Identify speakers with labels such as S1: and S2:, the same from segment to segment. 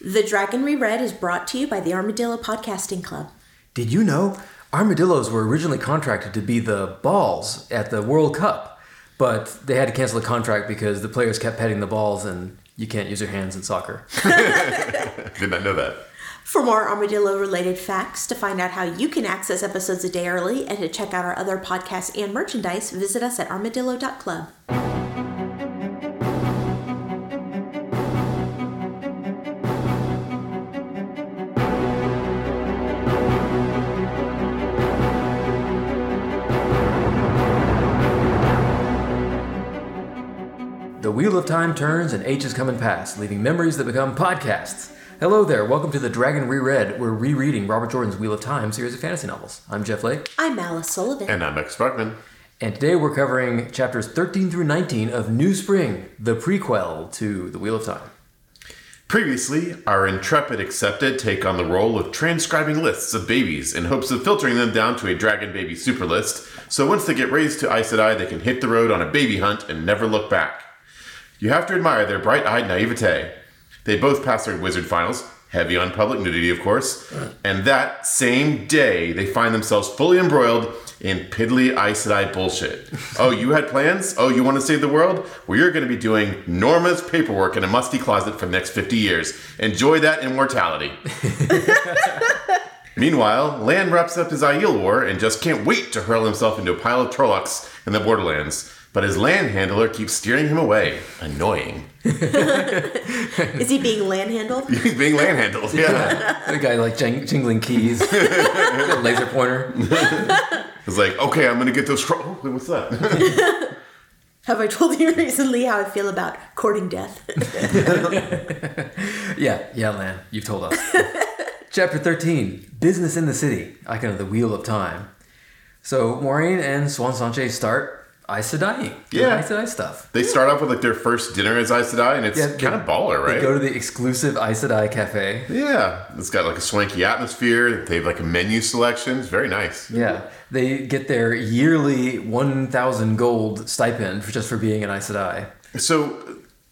S1: The Dragon Reread is brought to you by the Armadillo Podcasting Club.
S2: Did you know armadillos were originally contracted to be the balls at the World Cup, but they had to cancel the contract because the players kept petting the balls and you can't use your hands in soccer.
S3: Did not know that.
S1: For more armadillo related facts, to find out how you can access episodes a day early, and to check out our other podcasts and merchandise, visit us at armadillo.club.
S2: The wheel of time turns and ages come and pass, leaving memories that become podcasts. Hello there, welcome to The Dragon Reread. We're rereading Robert Jordan's Wheel of Time series of fantasy novels. I'm Jeff Lake,
S1: I'm Alice Sullivan.
S3: And I'm Max Bruckman.
S2: and today we're covering chapters 13 through 19 of New Spring, the prequel to The Wheel of Time.
S3: Previously, our intrepid accepted take on the role of transcribing lists of babies in hopes of filtering them down to a dragon baby super list, so once they get raised to Aes Sedai, they can hit the road on a baby hunt and never look back. You have to admire their bright eyed naivete. They both passed their wizard finals, heavy on public nudity, of course, and that same day they find themselves fully embroiled in piddly Aes Sedai bullshit. oh, you had plans? Oh, you want to save the world? Well, you're going to be doing Norma's paperwork in a musty closet for the next 50 years. Enjoy that immortality. Meanwhile, Lan wraps up his Aiel war and just can't wait to hurl himself into a pile of Trollocs in the Borderlands. But his land handler keeps steering him away. Annoying.
S1: Is he being land handled?
S3: He's being land handled, yeah.
S2: The guy like jing- jingling keys, laser pointer.
S3: It's like, okay, I'm gonna get those. Tro- oh, what's that?
S1: Have I told you recently how I feel about courting death?
S2: Yeah, yeah, Lan, you've told us. Chapter 13 Business in the City, Icon of the Wheel of Time. So, Maureen and Swan Sanchez start Aes Sedai. doing
S3: Yeah.
S2: Aes Sedai stuff.
S3: they start off with like their first dinner as Aes Sedai, and it's
S2: Yeah, they-
S3: kind of baller,
S2: They go
S3: right?
S2: to
S3: Mm-hmm.
S2: the exclusive Aes Sedai cafe.
S3: yeah, it's got like a swanky atmosphere. They have like a menu selection. It's very nice.
S2: Yeah. They get their yearly 1,000 gold stipend for just for being an Aes Sedai.
S3: So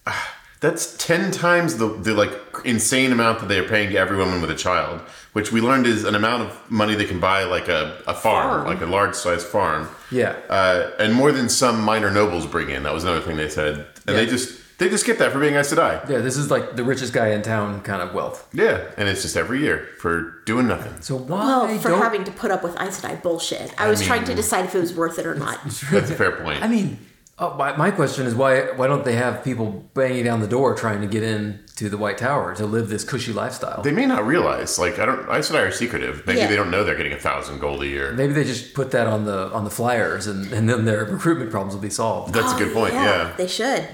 S3: uh, that's ten times the the like insane amount that they are paying to every woman with a child, which we learned is an amount of money they can buy like a, a farm,
S2: Farm.
S3: like a large sized farm.
S2: Yeah.
S3: uh, and more than some minor nobles bring in. That was another thing they said, and they
S2: Yeah.
S3: just they just get that for being Aes Sedai.
S2: Yeah, this is like the richest guy in town kind of wealth.
S3: Yeah, and it's just every year for doing nothing.
S2: So, why
S1: Well, Oh, for
S2: don't.
S1: having to put up with Aes Sedai bullshit. I was trying to
S3: mean-
S1: decide if it was worth it or not.
S3: That's a fair point.
S2: I mean, uh, my, my question is why why don't they have people banging down the door trying to get in to the White Tower to live this cushy lifestyle?
S3: they may not realize, like I don't. Aes Sedai are secretive. Maybe
S1: Yeah.
S3: they don't know they're getting a thousand gold a year.
S2: Maybe they just put that on the on the flyers, and, and then their recruitment problems will be solved.
S3: That's a good point. Yeah.
S1: Oh, They should.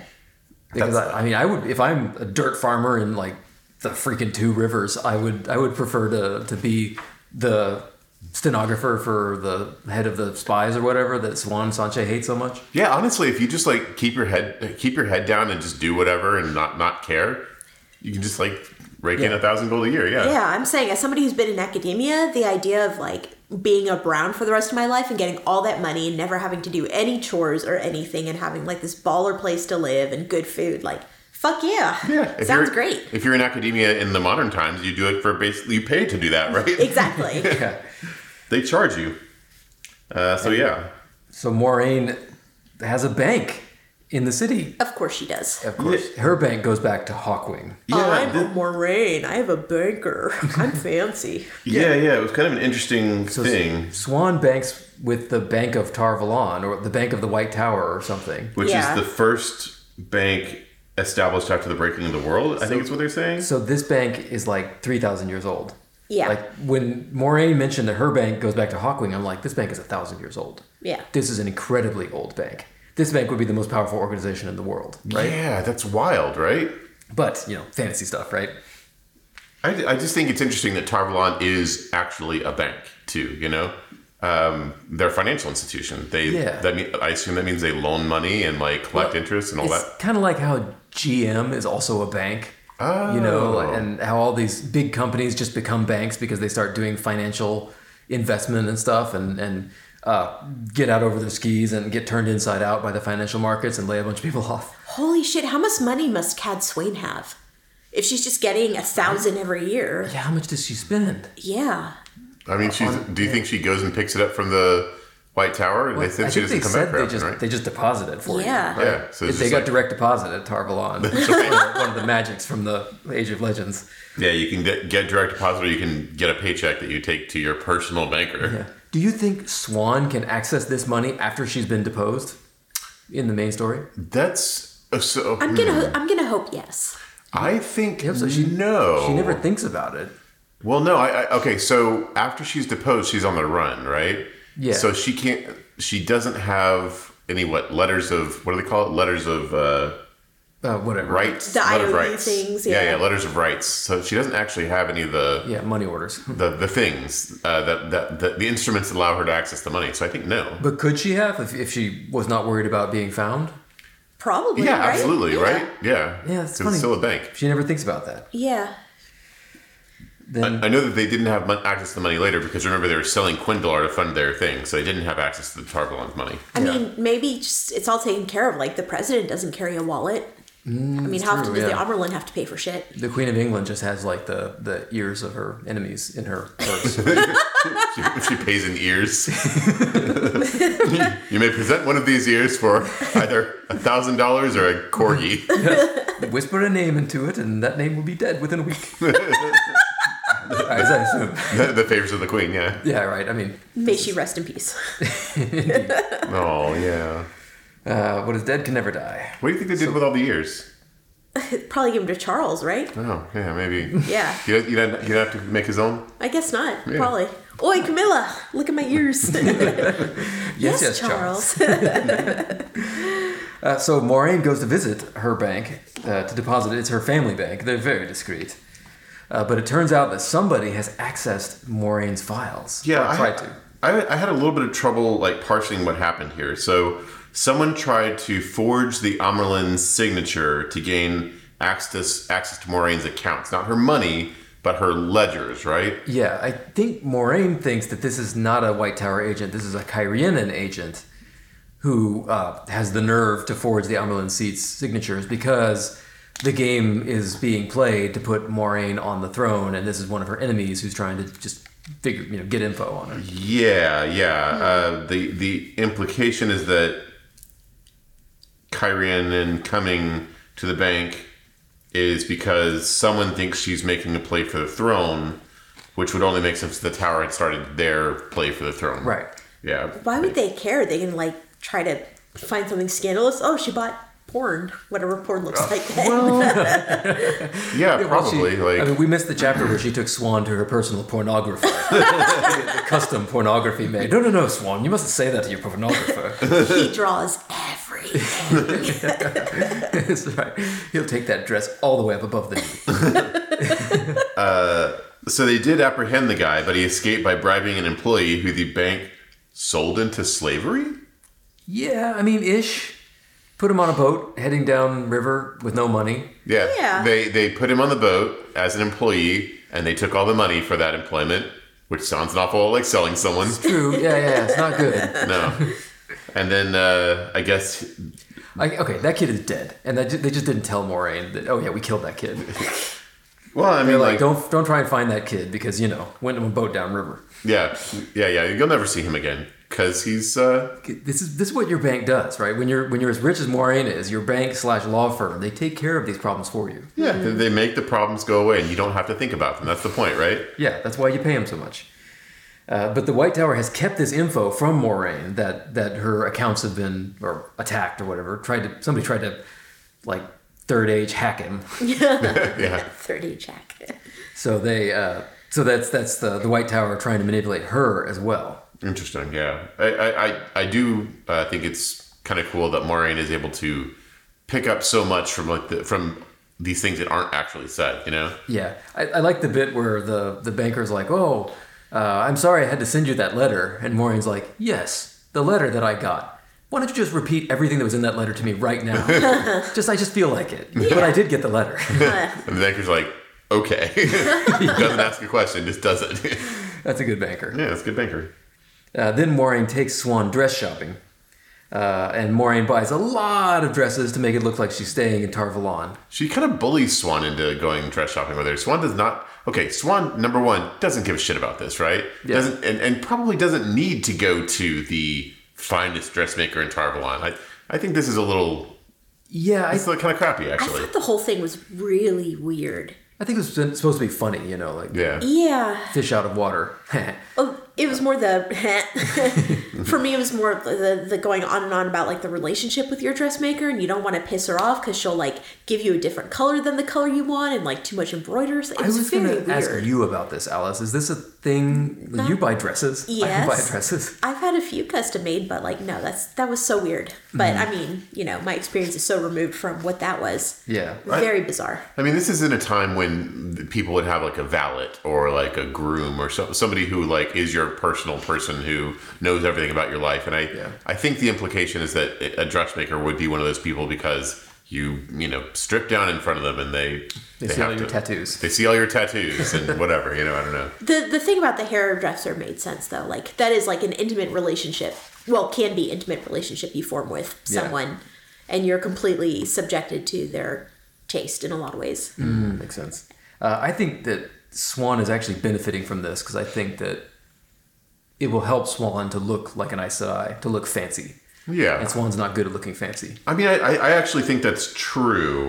S2: Because
S3: that's-
S2: I, I mean, I would if I'm a dirt farmer in like the freaking Two Rivers, I would I would prefer to to be the stenographer for the head of the spies or whatever that Swan Sanchez hates so much.
S3: yeah. honestly, if you just like keep your head keep your head down and just do whatever and not not care, you can just like rake in
S2: Yeah.
S3: a thousand gold a year. Yeah.
S1: Yeah, I'm saying as somebody who's been in academia, the idea of like being a brown for the rest of my life and getting all that money and never having to do any chores or anything and having like this baller place to live and good food, like fuck yeah.
S3: Yeah, if
S1: Sounds
S3: you're-
S1: great.
S3: If you're in academia in the modern times, you do it for basically you pay to do that, right?
S1: Exactly.
S2: Yeah.
S3: they charge you. Uh, so yeah,
S2: So Maureen has a bank in the city.
S1: of course she does.
S2: Of course. Her bank goes back to Hawkwing.
S3: yeah.
S1: I'm
S3: thi-
S1: a Moraine. I have a banker. I'm fancy.
S3: yeah, yeah. It was kind of an interesting
S2: So
S3: thing.
S2: Swan banks with the Bank of Tarvalon or the Bank of the White Tower or something.
S3: which
S1: Yeah.
S3: is the first bank established after the breaking of the world. I think is what they're saying.
S2: So this bank is like 3,000 years old.
S1: Yeah.
S2: Like when Moraine mentioned that her bank goes back to Hawkwing, I'm like, this bank is a 1,000 years old.
S1: Yeah.
S2: This is an incredibly old bank. This bank would be the most powerful organization in the world, right?
S3: Yeah, that's wild, right?
S2: But, you know, fantasy stuff, right?
S3: I, I just think it's interesting that Tarvalon is actually a bank too. You know, um, they're a financial institution. They
S2: Yeah.
S3: that mean, I assume that means they loan money and like collect
S2: Well,
S3: interest and all
S2: It's
S3: that.
S2: kind of like how GM is also a bank. You know,
S3: Oh.
S2: like- and how all these big companies just become banks because they start doing financial investment and stuff and, and uh, get out over their skis and get turned inside out by the financial markets and lay a bunch of people off.
S1: Holy shit, how much money must Cad Swain have? if she's just getting a thousand every year,
S2: Yeah, how much does she spend?
S1: yeah.
S3: I mean, she's. Do you think she goes and picks it up from the White Tower? And they
S2: I
S3: think she
S2: think
S3: doesn't
S2: they
S3: come
S2: said
S3: back very
S2: they
S3: often,
S2: just
S3: right?
S2: they just deposit it for
S1: Yeah.
S2: you. right?
S3: Yeah, so it's
S2: they
S3: just
S2: got
S3: like-
S2: direct deposit at Tarvalon. one, one of the magics from the Age of Legends.
S3: yeah, you can get, get direct deposit, or you can get a paycheck that you take to your personal banker.
S2: Yeah. Do you think Swan can access this money after she's been deposed in the main story?
S3: That's uh, so.
S1: I'm gonna ho- I'm gonna hope yes.
S3: I think
S2: so she-
S3: no.
S2: She never thinks about it.
S3: Well, no. I, I okay. So after she's deposed, she's on the run, right?
S2: Yeah.
S3: So she can't. She doesn't have any what letters of what do they call it? Letters of uh,
S2: Uh, whatever.
S3: rights.
S1: The
S3: letter of
S1: IOU
S3: rights.
S1: things,
S3: yeah,
S1: yeah.
S3: Letters of rights. So she doesn't actually have any of the
S2: Yeah, money orders.
S3: the, the things uh, that, that the, the instruments that allow her to access the money. So I think no.
S2: But could she have if, if she was not worried about being found?
S1: Probably.
S3: yeah,
S1: right?
S3: absolutely,
S1: Yeah.
S3: right? Yeah.
S2: Yeah, it's
S3: 'Cause
S2: funny.
S3: still a bank.
S2: She never thinks about that.
S1: Yeah.
S2: Then
S3: I know that they didn't have mon- access to the money later because remember they were selling Quindalar to fund their thing, so they didn't have access to the Tarvalon's money.
S1: I
S2: Yeah.
S1: mean, maybe just it's all taken care of. Like the president doesn't carry a wallet. I mean, how
S2: Mm, true,
S1: often does
S2: yeah.
S1: the Oberlin have to pay for shit?
S2: the Queen of England just has like the, the ears of her enemies in her purse.
S3: She, she pays in ears. you may present one of these ears for either a thousand dollars or a corgi.
S2: Whisper a name into it, and that name will be dead within a week. As I assume.
S3: the favors of the queen, yeah.
S2: Yeah, right. I mean,
S1: May she rest in peace.
S3: Oh yeah.
S2: uh, what is dead can never die.
S3: What do you think they did with all the ears?
S1: Probably give him to Charles, right?
S3: Oh yeah, maybe.
S1: Yeah.
S3: You don't, you don't, you don't have to make his own.
S1: I guess not. Probably. Oi, Camilla! Look at my ears.
S2: Yes, yes, Uh, so Moraine goes to visit her bank uh, to deposit. it. It's her family bank. They're very discreet. Uh, but it turns out that somebody has accessed Moraine's files.
S3: Yeah,
S2: Or
S3: I,
S2: tried to.
S3: I, I had a little bit of trouble like parsing what happened here. So someone tried to forge the Amerlin's signature to gain access access to Moraine's accounts, not her money, but her ledgers, right?
S2: Yeah, I think Moraine thinks that this is not a White Tower agent. This is a Kyrianan agent who uh, has the nerve to forge the Amerlin Seat's signatures because the game is being played to put Moraine on the throne, and this is one of her enemies who's trying to just figure, you know, get info on
S3: Mm-hmm.
S2: her.
S3: Yeah, yeah.
S2: Hmm.
S3: Uh, the the implication is that Kyrian and coming to the bank is because someone thinks she's making a play for the throne, which would only make sense if the tower had started their play for the throne.
S2: Right.
S3: Yeah.
S1: Why would they care? They can like try to find something scandalous. Oh, she bought porn. Whatever porn looks
S2: Oh.
S1: like. Then.
S3: Yeah,
S2: Well,
S3: probably.
S2: she-
S3: like
S2: I mean, we missed the chapter where she took Swan to her personal pornographer. The custom pornography made. No, no, no, Swan, you mustn't say that to your pornographer.
S1: he draws everything.
S2: That's right. He'll take that dress all the way up above the knee.
S3: so they did apprehend the guy, but he escaped by bribing an employee who the bank sold into slavery?
S2: Yeah, I mean, ish. Put him on a boat heading down river with no money.
S3: Yeah.
S1: Yeah.
S3: They they put him on the boat as an employee and they took all the money for that employment, which sounds an awful lot like selling someone.
S2: True. Yeah, yeah, yeah, it's not good.
S3: No. And then uh, I guess
S2: Like, okay, that kid is dead, and that, ju- they just didn't tell Moraine that. Oh yeah, we killed that kid.
S3: well, I mean
S2: They're like,
S3: like,
S2: don't don't try and find that kid because you know went on a boat down river.
S3: yeah. Yeah, yeah. You'll never see him again cuz he's uh
S2: This is this is what your bank does, right? When you're when you're as rich as Moraine is, your bank slash law firm they take care of these problems for you.
S3: yeah, they-
S1: Mm-hmm.
S3: they make the problems go away and you don't have to think about them. That's the point, right?
S2: Yeah, that's why you pay him so much. Uh, but the White Tower has kept this info from Moraine that that her accounts have been or attacked or whatever. Tried to somebody tried to like third age hack him.
S3: Yeah.
S1: Thirty Jack.
S2: So they uh, so that's that's the the White Tower trying to manipulate her as well.
S3: Interesting. Yeah, I I I, I do uh, think it's kind of cool that Moraine is able to pick up so much from like the, from these things that aren't actually said. You know.
S2: Yeah, I, I like the bit where the the banker's like, "Oh, uh, I'm sorry, I had to send you that letter," and Maureen's like, "Yes, the letter that I got. Why don't you just repeat everything that was in that letter to me right now? just I just feel like it, but I did get the letter."
S3: And the banker's like, okay, doesn't ask a question, just does it.
S2: That's a good banker.
S3: yeah, it's a good banker.
S2: Uh, then Maureen takes Swan dress shopping. Uh, and Moraine buys a lot of dresses to make it look like she's staying in Tarvalon.
S3: She kind of bullies Swan into going dress shopping with her. Swan does not. Okay, Swan number one doesn't give a shit about this, right?
S2: Yeah.
S3: Doesn't and, and probably doesn't need to go to the finest dressmaker in Tarvalon. I I think this is a little.
S2: Yeah, I,
S3: It's kind of crappy,
S1: I
S3: actually.
S1: thought the whole thing was really weird.
S2: I think it was supposed to be funny, you know, like
S3: Yeah.
S1: Yeah.
S2: fish out of water.
S1: Oh, it was more the for me. It was more the, the going on and on about like the relationship with your dressmaker, and you don't want to piss her off because she'll like give you a different color than the color you want, and like too much embroiders. It
S2: I
S1: was,
S2: was
S1: very
S2: going
S1: weird.
S2: to ask you about this, Alice. Is this a thing? you buy dresses. I buy
S1: Yes.
S2: dresses.
S1: I've had a few custom made, but like no, that's that was so weird. But
S2: Mm-hmm.
S1: I mean, you know, my experience is so removed from what that was.
S2: Yeah.
S1: Very bizarre.
S3: I mean, this is in a time when the people would have like a valet or like a groom or so, somebody who like is your personal person who knows everything about your life. And I,
S2: Yeah.
S3: I think the implication is that a dressmaker would be one of those people because you, you know, strip down in front of them and they
S2: They, see all your tattoos.
S3: They see all your tattoos and whatever. You know, I don't know.
S1: The the thing about the hairdresser made sense though. Like that is like an intimate relationship. Well, can be intimate relationship you form with
S2: Yeah.
S1: someone, and you're completely subjected to their taste in a lot of ways.
S2: Mm, makes sense. Uh, I think that Swan is actually benefiting from this because I think that it will help Swan to look like an Aes Sedai, to look fancy.
S3: Yeah,
S2: And Swan's not good at looking fancy.
S3: I mean, I, I I actually think that's true.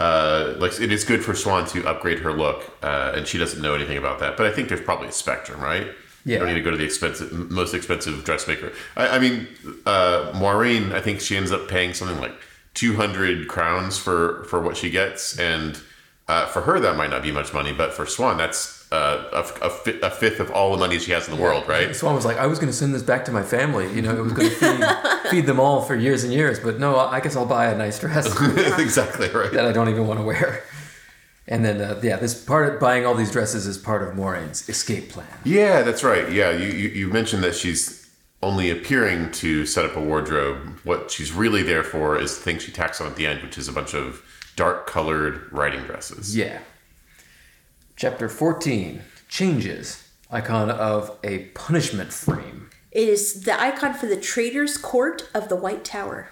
S3: Uh, like, it is good for Swan to upgrade her look, uh, and she doesn't know anything about that. But I think there's probably a spectrum, right?
S2: Yeah.
S3: You don't need to go to the expensive, m- most expensive dressmaker. I, I mean, uh, Maureen, I think she ends up paying something like 200 crowns for, for what she gets. And uh, for her, that might not be much money, but for Swan, that's uh, a, f- a fi- a fifth of all the money she has in the world, right?
S2: Swan was like, I was going to send this back to my family. You know, it was going to feed, feed them all for years and years. But no, I I guess I'll buy a nice dress.
S3: exactly right.
S2: that I don't even want to wear. And then, uh, yeah, this part of buying all these dresses is part of Moraine's escape plan.
S3: Yeah, that's right. Yeah, you, you, you mentioned that she's only appearing to set up a wardrobe. What she's really there for is the thing she tacks on at the end, which is a bunch of dark colored riding dresses.
S2: Yeah. Chapter 14 Changes, icon of a punishment frame.
S1: It is the icon for the traitor's court of the White Tower.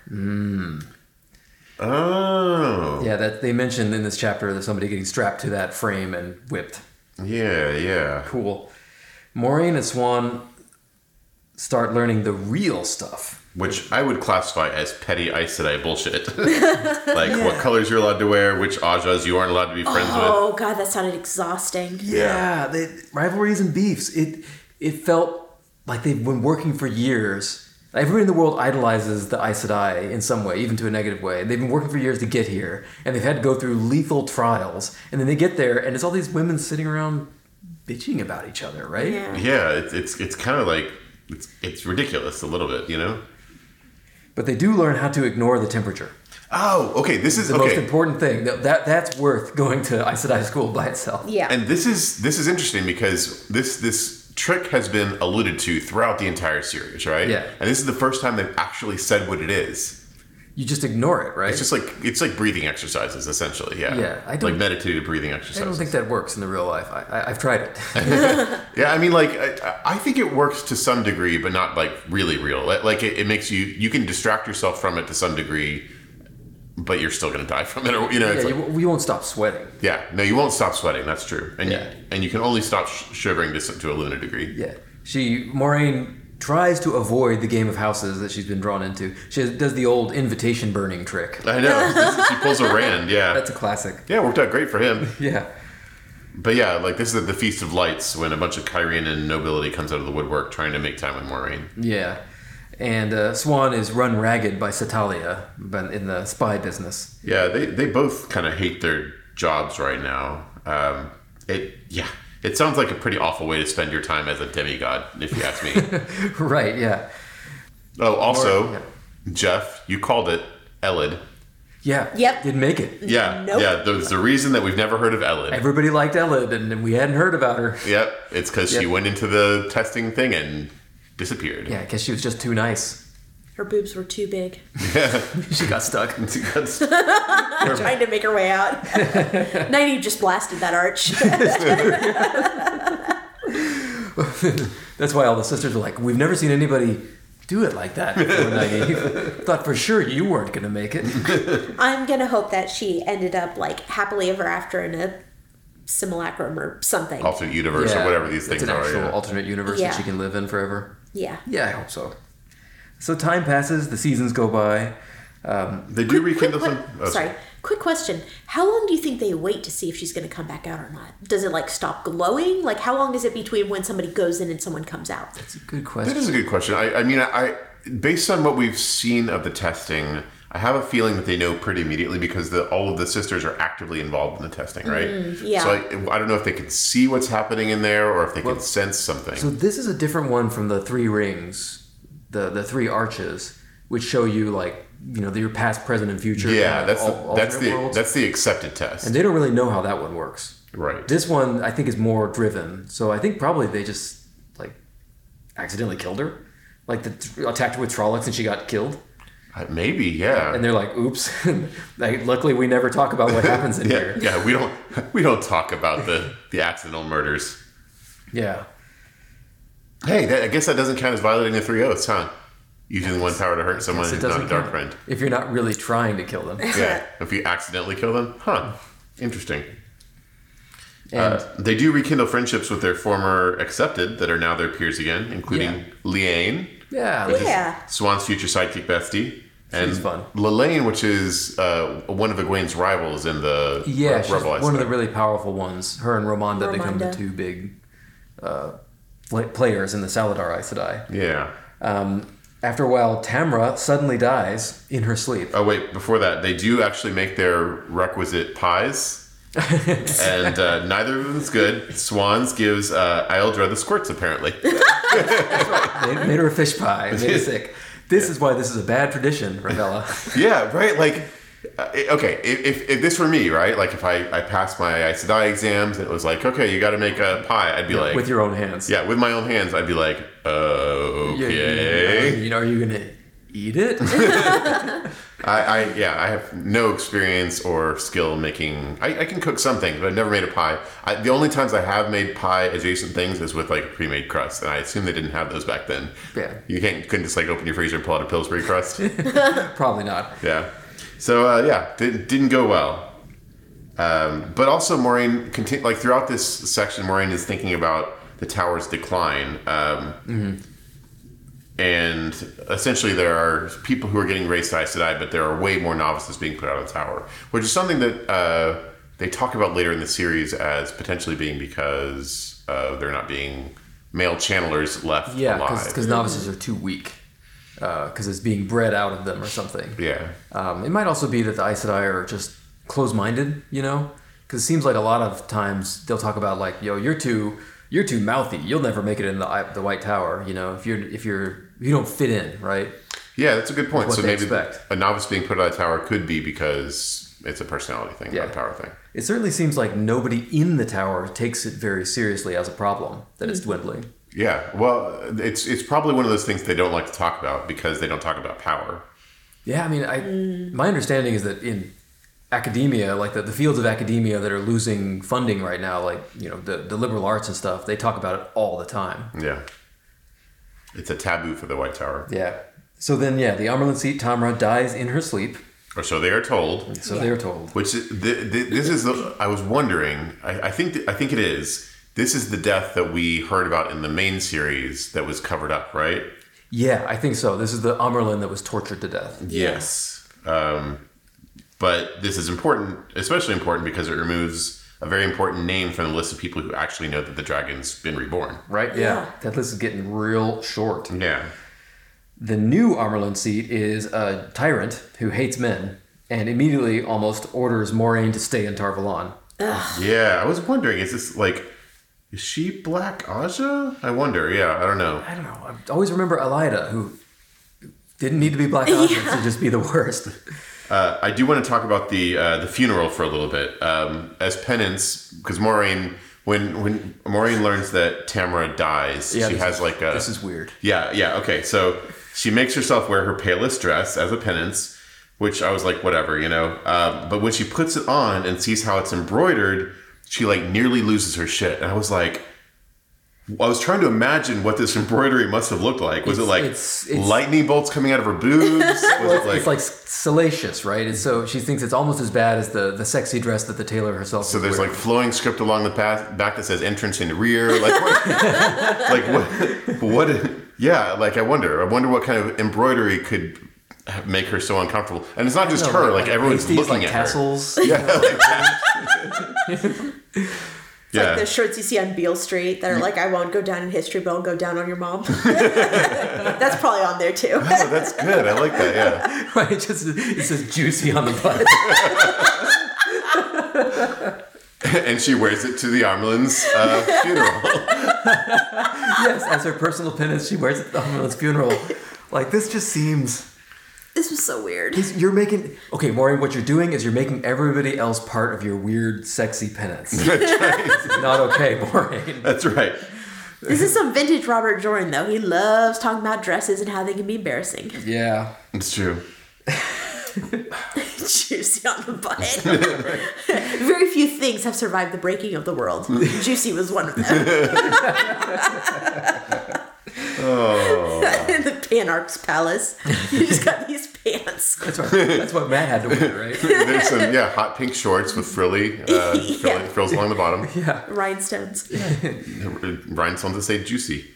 S3: Oh.
S2: Yeah, that they mentioned in this chapter that somebody getting strapped to that frame and whipped.
S3: Yeah, yeah.
S2: Cool. Moraine and Swan start learning the real stuff.
S3: Which I would classify as petty Aes Sedai bullshit. like what colors you're allowed to wear, which Ajas you aren't allowed to be friends with.
S1: Oh god, that sounded exhausting.
S2: Yeah, they, rivalries and beefs. It it felt like they've been working for years. Everyone in the world idolizes the Aes Sedai in some way, even to a negative way. They've been working for years to get here, and they've had to go through lethal trials. And then they get there, and it's all these women sitting around bitching about each other, right?
S1: Yeah.
S3: Yeah, it's it's, it's kind of like it's, it's ridiculous a little bit, you know?
S2: But they do learn how to ignore the temperature.
S3: Oh, okay. This is
S2: The
S3: okay.
S2: most important thing. That, that That's worth going to Aes Sedai school by itself.
S1: Yeah.
S3: And this is this is interesting because this this trick has been alluded to throughout the entire series, right?
S2: Yeah.
S3: And this is the first time they've actually said what it is.
S2: You just ignore it, right?
S3: It's just like it's like breathing exercises, essentially. Yeah.
S2: Yeah, I don't-
S3: like meditative breathing
S2: I
S3: exercises.
S2: don't think that works in the real life. I, I, I've tried it.
S3: yeah, I mean, like I, I think it works to some degree, but not like really real. Like- Like it, it makes you you can distract yourself from it to some degree, but you're still gonna die from it. Or you know, it's
S2: yeah,
S3: like,
S2: you, you won't stop sweating.
S3: yeah. No, you won't stop sweating. That's true. And
S2: Yeah.
S3: you, and you can only stop sh- shivering to, some- to a limited degree.
S2: Yeah. She Moraine tries to avoid the game of houses that she's been drawn into. She does the old invitation burning trick.
S3: I know. This is- she pulls a Rand. Yeah.
S2: That's a classic.
S3: Yeah, it worked out great for him.
S2: Yeah.
S3: But yeah, like this is at the Feast of Lights when a bunch of Kyrian and nobility comes out of the woodwork trying to make time with Moraine.
S2: Yeah. And uh, Swan is run ragged by Satalia but in the spy business.
S3: Yeah, they, they both kind of hate their jobs right now. Um, it yeah, it sounds like a pretty awful way to spend your time as a demigod, if you ask me.
S2: right, yeah.
S3: oh, also,
S2: Moraine,
S3: Jeff, you called it Elid.
S2: Yeah.
S1: Yep.
S2: Didn't make it.
S3: Yeah,
S1: Nope.
S3: yeah. There's a reason that we've never heard of Elid.
S2: Everybody liked Elid and we hadn't heard about her.
S3: yep, it's because she
S2: Yep.
S3: went into the testing thing and disappeared.
S2: Yeah, I guess she was just too nice.
S1: Her boobs were too big.
S2: She got stuck.
S3: That's-
S1: Trying to make her way out. Ninety just blasted that arch.
S2: That's why all the sisters were like, We've never seen anybody do it like that before naive. Thought for sure you weren't gonna make it.
S1: I'm gonna hope that she ended up like happily ever after in a simulacrum or something.
S3: alternate universe or whatever these
S2: it's
S3: things
S2: an
S3: are.
S2: actual
S3: yeah.
S2: alternate universe
S1: Yeah.
S2: that she can live in forever.
S1: Yeah.
S2: Yeah, I hope so. So time passes, the seasons go by.
S3: They do rekindle
S1: Quick-
S3: some. oh,
S1: sorry. Quick question. How long do you think they wait to see if she's going to come back out or not? Does it like stop glowing? Like how long is it between when somebody goes in and someone comes out?
S2: It's a good
S3: That
S2: question.
S3: is a good question. I, I mean, I based on what we've seen of the testing, I have a feeling that they know pretty immediately because the, all of the sisters are actively involved in the testing, right?
S1: Mm-hmm. yeah.
S3: So I, I don't know if they can see what's happening in there or if they can sense something.
S2: So this is a different one from the three rings, the the three arches, which show you like you know your past, present, and future. kind
S3: yeah,
S2: of
S3: that's
S2: al-
S3: the, that's
S2: alternate
S3: the
S2: worlds.
S3: that's the accepted test,
S2: and they don't really know how that one works.
S3: right?
S2: This one I think is more driven. So I think probably they just like accidentally killed her, like the, attacked her with Trollocs and she got killed.
S3: Uh, Maybe, yeah.
S2: And they're like, "Oops!" like, luckily, we never talk about what happens in
S3: yeah,
S2: here.
S3: yeah, we don't we don't talk about the the accidental murders.
S2: Yeah.
S3: Hey, that, I guess that doesn't count as violating the three oaths, huh? Using one power to hurt someone
S2: Yes,
S3: who's not a dark
S2: count
S3: friend.
S2: If you're not really trying to kill them.
S3: Yeah, if you accidentally kill them, huh? Interesting.
S2: And
S3: Uh, they do rekindle friendships with their former accepted that are now their peers again, including
S2: Yeah.
S3: Liane,
S2: yeah,
S1: Yeah.
S2: like,
S3: Swan's future sidekick bestie, and
S2: She's fun.
S3: Lelaine, which is uh, one of Egwene's rivals in the
S2: yeah,
S3: Re-
S2: she's
S3: Rebel
S2: one of the really powerful ones. Her and Romanda, become the
S1: Ramonda.
S2: two big uh, pla- players in the Saladar Aes Sedai.
S3: yeah.
S2: Um, after a while, Tamra suddenly dies in her sleep.
S3: Oh wait, before that, they do actually make their requisite pies, and uh, neither of them's good. Swans gives uh, Ildra the squirts apparently.
S2: They made her a fish pie. Made her sick. This is why this is a bad tradition, Ravella.
S3: Yeah, right. Like, uh, it- okay, if, if, if this were me, right? Like, if I, I passed my Aes Sedai exams and it was like, okay, you got to make a pie, I'd be like,
S2: with your own hands.
S3: yeah, with my own hands, I'd be like,
S2: Yeah,
S3: okay.
S2: You, know, you know, are you gonna eat it?
S3: I, I yeah, I have no experience or skill making. I, I can cook some things, but I've never made a pie. I, the only times I have made pie adjacent things is with like a pre-made crust, and I assume they didn't have those back then.
S2: Yeah.
S3: you can't couldn't just like open your freezer and pull out a Pillsbury crust.
S2: Probably not.
S3: yeah, so uh, yeah, did, didn't go well. Um, but also, Maureen continu- like throughout this section, Maureen is thinking about the tower's decline. Um, and essentially there are people who are getting raised to Aes Sedai, but there are way more novices being put out of the tower, which is something that uh, they talk about later in the series as potentially being because uh, they're not being male channelers left
S2: Yeah,
S3: alive.
S2: because novices are too weak. Because it's being bred out of them or something.
S3: yeah,
S2: Um, it might also be that the Aes Sedai are just close-minded, you know? Because it seems like a lot of times they'll talk about like, "Yo, you're too, you're too mouthy. You'll never make it in the I- the White Tower." You know, if you're if you're you don't fit in, right?
S3: yeah, that's a good point.
S2: What
S3: So
S2: they
S3: maybe
S2: expect.
S3: a novice being put out of the tower could be because it's a personality thing,
S2: Yeah.
S3: not a power thing.
S2: It certainly seems like nobody in the tower takes it very seriously as a problem that it's dwindling.
S3: Yeah, well, it's it's probably one of those things they don't like to talk about because they don't talk about power.
S2: Yeah, I mean, I my understanding is that in academia, like the, the fields of academia that are losing funding right now, like you know the, the liberal arts and stuff, they talk about it all the time.
S3: Yeah, it's a taboo for the White Tower.
S2: Yeah. So then, yeah, the Amarlin seat Tamra dies in her sleep.
S3: or so they are told.
S2: So they're told.
S3: Which is- th- th- this is, the, I was wondering. I, I think th- I think it is. This is the death that we heard about in the main series that was covered up, right?
S2: Yeah, I think so. This is the Amarlin that was tortured to death.
S3: Yes. Um, but this is important, especially important because it removes a very important name from the list of people who actually know that the dragon's been reborn.
S2: Right?
S1: Yeah.
S2: That list is getting real short.
S3: Yeah.
S2: The new Amarlin seat is a tyrant who hates men and immediately almost orders Moraine to stay in Tarvalon.
S3: Yeah. I was wondering, is this like, is she Black Aja? I wonder. Yeah. I don't know.
S2: I don't know. I always remember Elida, who didn't need to be Black Ops to just be the worst.
S3: Uh, I do want to talk about the uh, the funeral for a little bit um, as penance because Maureen when when Maureen learns that Tamara dies, she
S2: this
S3: has
S2: is-
S3: like a
S2: This is weird.
S3: yeah yeah okay so she makes herself wear her palest dress as a penance, which I was like whatever you know, um, but when she puts it on and sees how it's embroidered, she like nearly loses her shit, and I was like. I was trying to imagine what this embroidery must have looked like. Was it
S2: It's-
S3: like
S2: it's- it's-
S3: lightning bolts coming out of her boobs? Was it
S2: It's like salacious, right? And so she thinks it's almost as bad as the, the sexy dress that the tailor herself.
S3: So there's like flowing script along the path back that says entrance and rear. Like what? like what? What? Yeah. Like I wonder. I wonder what kind of embroidery could make her so uncomfortable. And it's not just her. Like, everyone's
S2: pasties,
S3: looking
S2: like
S3: at her.
S2: tassels.
S3: Yeah.
S1: Like those shirts you see on Beale Street that are like, I won't go down in history, but I'll go down on your mom. That's probably on there too.
S3: oh, that's good. I like that. Yeah.
S2: right? It just it says juicy on the butt.
S3: and she wears it to the Armland's uh, funeral.
S2: yes, as her personal penance, she wears it at the Homeland's funeral. Like this just seems.
S1: this was so weird.
S2: This- You're making okay, Maureen. What you're doing is you're making everybody else part of your weird, sexy penance. Not okay, Maureen.
S3: That's right.
S1: This is some vintage Robert Jordan though. He loves talking about dresses and how they can be embarrassing.
S2: Yeah,
S3: It's true.
S1: Juicy on the butt. Very few things have survived the breaking of the world. Juicy was one of them.
S3: Oh.
S1: In the Panarch's palace, you just got these pants.
S2: that's what that's what Matt had to wear, right?
S3: There's some yeah hot pink shorts with frilly, uh, frilly
S1: Yeah.
S3: frills along the bottom.
S1: Rhinestones.
S3: Rhinestones that say juicy.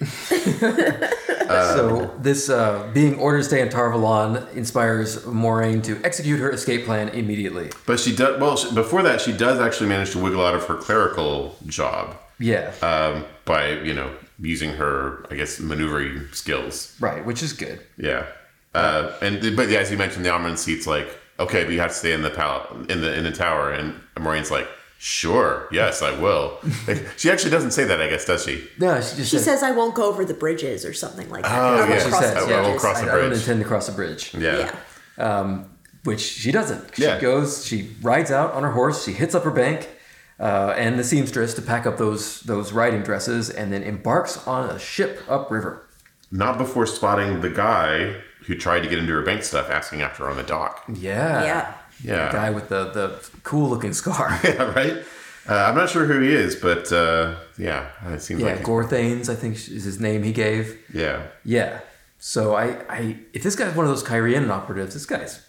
S2: so this uh, being ordered to stay in Tarvalon inspires Moraine to execute her escape plan immediately.
S3: But she does. Well, she, before that, she does actually manage to wiggle out of her clerical job
S2: Yeah,
S3: um, by you know using her, I guess, maneuvering skills.
S2: right, which is good.
S3: Yeah. Uh, and but yeah, as you mentioned, the Amaran seat's like, okay, but you have to stay in the pal- in the in the tower, and Moraine's like, sure, yes, I will. Like, she actually doesn't say that, I guess, does she?
S2: No, she just
S1: She
S2: said,
S1: says, "I won't go over the bridges" or something like that.
S3: Oh,
S1: I won't
S3: yeah.
S2: she
S1: cross
S2: says,
S1: the
S3: I
S2: yeah,
S1: bridges."
S3: won't cross the
S2: I don't
S3: bridge.
S2: intend to cross the bridge.
S3: Yeah.
S1: Yeah.
S2: which she doesn't. She
S3: Yeah.
S2: goes, she rides out on her horse, she hits up her bank, uh, and the seamstress to pack up those those riding dresses, and then embarks on a ship upriver.
S3: Not before spotting the guy who tried to get into her bank stuff, asking after her on the dock.
S2: Yeah,
S3: Ah,
S1: Yeah.
S3: Yeah.
S2: The guy with the the cool looking scar.
S3: Yeah, right. Uh, I'm not sure who he is, but uh, yeah, it seems
S2: yeah,
S3: like
S2: Gorthanes, I think is his name he gave.
S3: yeah.
S2: Yeah. So I, I if this guy's one of those Kyrian operatives, this guy's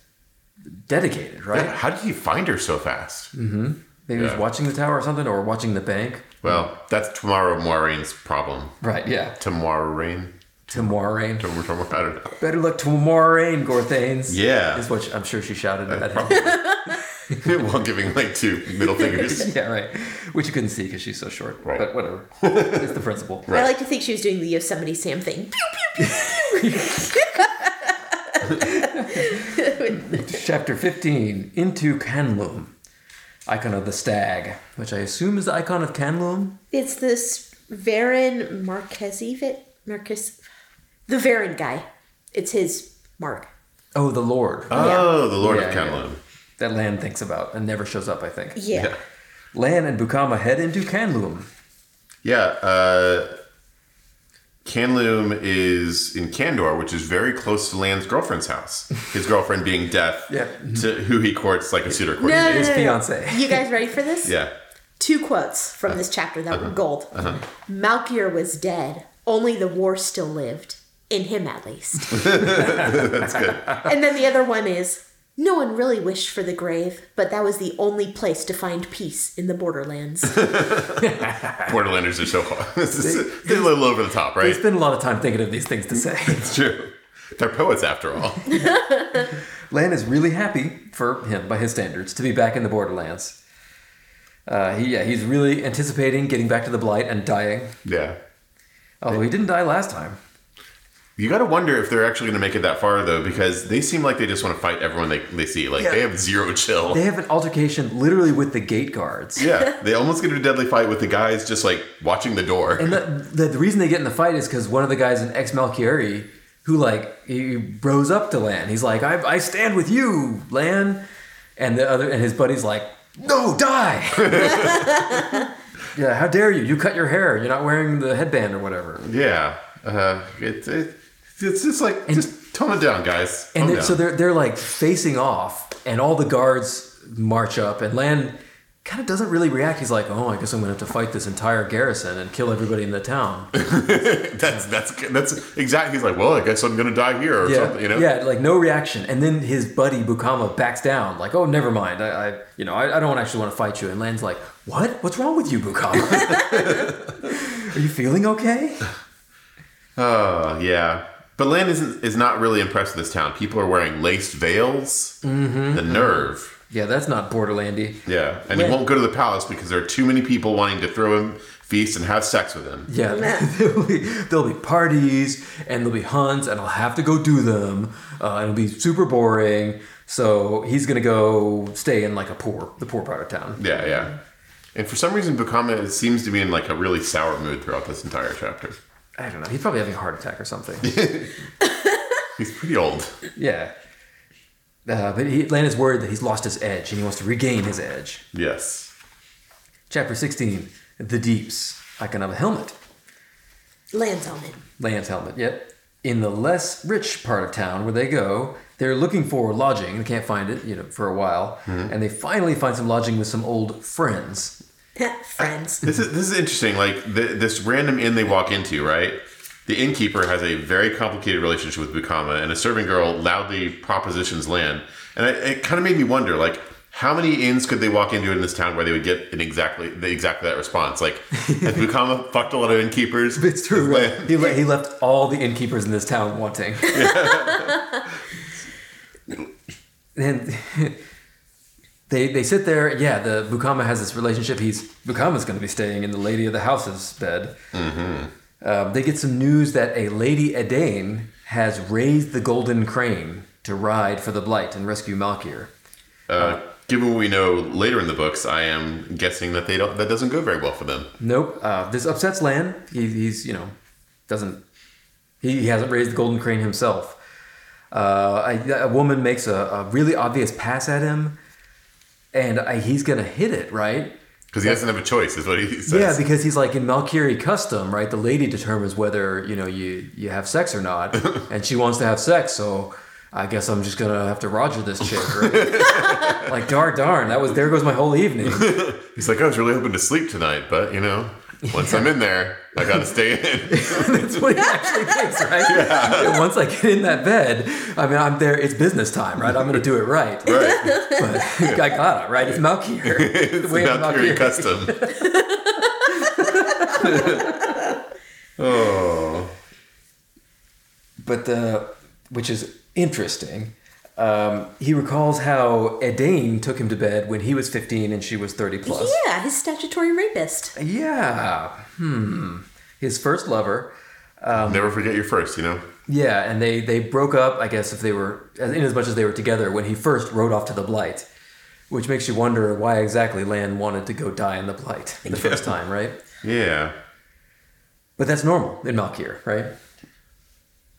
S2: dedicated, right?
S3: Yeah, How did he find her so fast?
S2: Maybe
S3: Yeah.
S2: he's watching the tower or something, or watching the bank.
S3: Well, that's tomorrow Moiraine's problem.
S2: Right. Yeah.
S3: Tomorrow rain.
S2: To Moraine.
S3: Tomorrow, tomorrow, I don't know.
S2: Better luck to Moraine, Gorthanes.
S3: Yeah.
S2: Is what she- I'm sure she shouted at him.
S3: While giving like two middle fingers.
S2: Yeah, right. Which you couldn't see because she's so short.
S3: Right.
S2: But whatever. it's the principle.
S1: I like to think she was doing the Yosemite Sam thing.
S2: Chapter 15 Into Canloom, icon of the stag, which I assume is the icon of Canloom.
S1: It's this Varen Marquezivit Marquez, the Varen guy. It's his mark.
S2: Oh, the Lord.
S3: Oh, the Lord of
S2: Yeah, yeah.
S3: Kenlon.
S2: That Lan thinks about and never shows up, I think.
S1: Yeah.
S3: Yeah.
S2: Lan and Bukama head into Canloom.
S3: Yeah. Uh, Canloom is in Candor, which is very close to Lan's girlfriend's house. His girlfriend being deaf,
S2: Yeah.
S3: to who he courts like a suitor court.
S1: No, no,
S2: His
S1: no, no.
S2: fiance.
S1: You guys ready for this?
S3: Yeah.
S1: Two quotes from this chapter that were gold. Malkier was dead. Only the war still lived. In him, at least. That's good. And then the other one is No one really wished for the grave, but that was the only place to find peace in the borderlands.
S3: Borderlanders are so hard. They're a little over the top,
S2: They
S3: right?
S2: spend a lot of time thinking of these things to say.
S3: It's true. They're poets after all.
S2: Lan is really happy for him, by his standards, to be back in the Borderlands. Uh, he, yeah, he's really anticipating getting back to the Blight and dying.
S3: yeah.
S2: Although he didn't die last time.
S3: You got to wonder if they're actually going to make it that far, though, because they seem like they just want to fight everyone they, they see. Like, they have zero chill.
S2: They have an altercation literally with the gate guards.
S3: yeah. They almost get into a deadly fight with the guys just like watching the door.
S2: And the, the, the reason they get in the fight is because one of the guys in ex Malkieri, who like he bros up to Lan, he's like, I, I stand with you, Lan, and the other and his buddy's like, No, die. yeah, how dare you? You cut your hair. You're not wearing the headband or whatever.
S3: yeah. Uh, it, it, it's just like, just tone it down, guys.
S2: And
S3: Calm
S2: they're,
S3: down.
S2: so they're they're like facing off, and all the guards march up, and Lan kind of doesn't really react. He's like, "Oh, I guess I'm gonna have to fight this entire garrison and kill everybody in the town."
S3: That's that's that's exactly. He's like, well, I guess I'm gonna die here or
S2: yeah,
S3: something. You know.
S2: yeah, like no reaction. And then his buddy Bukama backs down, like, "Oh, never mind. I, I you know, I, I don't actually want to fight you." And Lan's like, "What? What's wrong with you, Bukama? Are you feeling okay?"
S3: Uh, yeah. But Lan isn't is not really impressed with this town. People are wearing laced veils. Mm-hmm, the nerve.
S2: Yeah, that's not Borderlandy.
S3: Yeah, and he
S2: Lan-
S3: won't go to the palace because there are too many people wanting to throw him feasts and have sex with him.
S2: Yeah, there'll, be, there'll be parties and there'll be hunts, and I'll have to go do them. Uh, it'll be super boring. So he's gonna go stay in like a poor, the poor part of town.
S3: Yeah, yeah. And for some reason, Bukama seems to be in like a really sour mood throughout this entire chapter.
S2: I don't know. He's probably having a heart attack or something.
S3: He's pretty old.
S2: yeah. Uh, but he, Lan is worried that he's lost his edge and he wants to regain his edge.
S3: Yes.
S2: Chapter 16 The Deeps. Icon of a helmet.
S1: Lands on it.
S2: Lance helmet, yep. In the less rich part of town where they go, they're looking for lodging and can't find it, you know, for a while. And they finally find some lodging with some old friends.
S1: Friends.
S3: This is this is interesting. Like th- this random inn they walk into, right? The innkeeper has a very complicated relationship with Bukama, and a serving girl loudly propositions land. And it, it kind of made me wonder, like, how many inns could they walk into in this town where they would get an exactly the, exactly that response? Like, has Bukama fucked a lot of innkeepers?
S2: It's true.
S3: Has
S2: Right?
S3: Lan-
S2: He, le- he left all the innkeepers in this town wanting. and they they sit there. Yeah, the Bukama has this relationship. He's Bukama's going to be staying in the lady of the house's bed. Um, they get some news that a lady Edane has raised the golden crane to ride for the blight and rescue Malkir.
S3: Uh, given what we know later in the books, I am guessing that they don't. That doesn't go very well for them.
S2: Nope. Uh, this upsets Lan. He, he's, you know, doesn't. He, he hasn't raised the golden crane himself. Uh, a, a woman makes a, a really obvious pass at him, and I, he's going to hit it, right?
S3: Because he doesn't have a choice, is what he says.
S2: Yeah, because he's like in Malkiri custom, right? The lady determines whether, you know, you, you have sex or not, and she wants to have sex, so I guess I'm just going to have to Roger this chick, right? like, darn, darn, that was, there goes my whole evening.
S3: He's like, "Oh, I was really hoping to sleep tonight, but you know, once I'm in there, I gotta stay in.
S2: That's what he actually thinks, right? Yeah, Once I get in that bed, I mean, I'm there. It's business time, right? I'm going to do it right.
S3: right.
S2: But I got it right. It's Malkier. It's the way of
S3: Not very
S2: Malkier.
S3: custom. oh.
S2: But the which is interesting. Um, he recalls how Edane took him to bed when he was 15 and she was 30 plus.
S1: Yeah, his statutory rapist.
S2: Yeah. Hmm. His first lover.
S3: Never forget your first, you know?
S2: Yeah, and they they broke up. I guess if they were, as- in as much as they were together when he first rode off to the blight, which makes you wonder why exactly Lan wanted to go die in the blight the first time, right?
S3: Yeah.
S2: But that's normal in Malkir, right?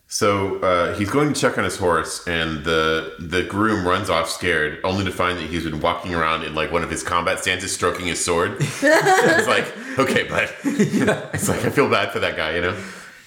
S3: So uh, he's going to check on his horse, and the the groom runs off scared, only to find that he's been walking around in like one of his combat stances, stroking his sword. it's like, okay, bud. It's like I feel bad for that guy, you know?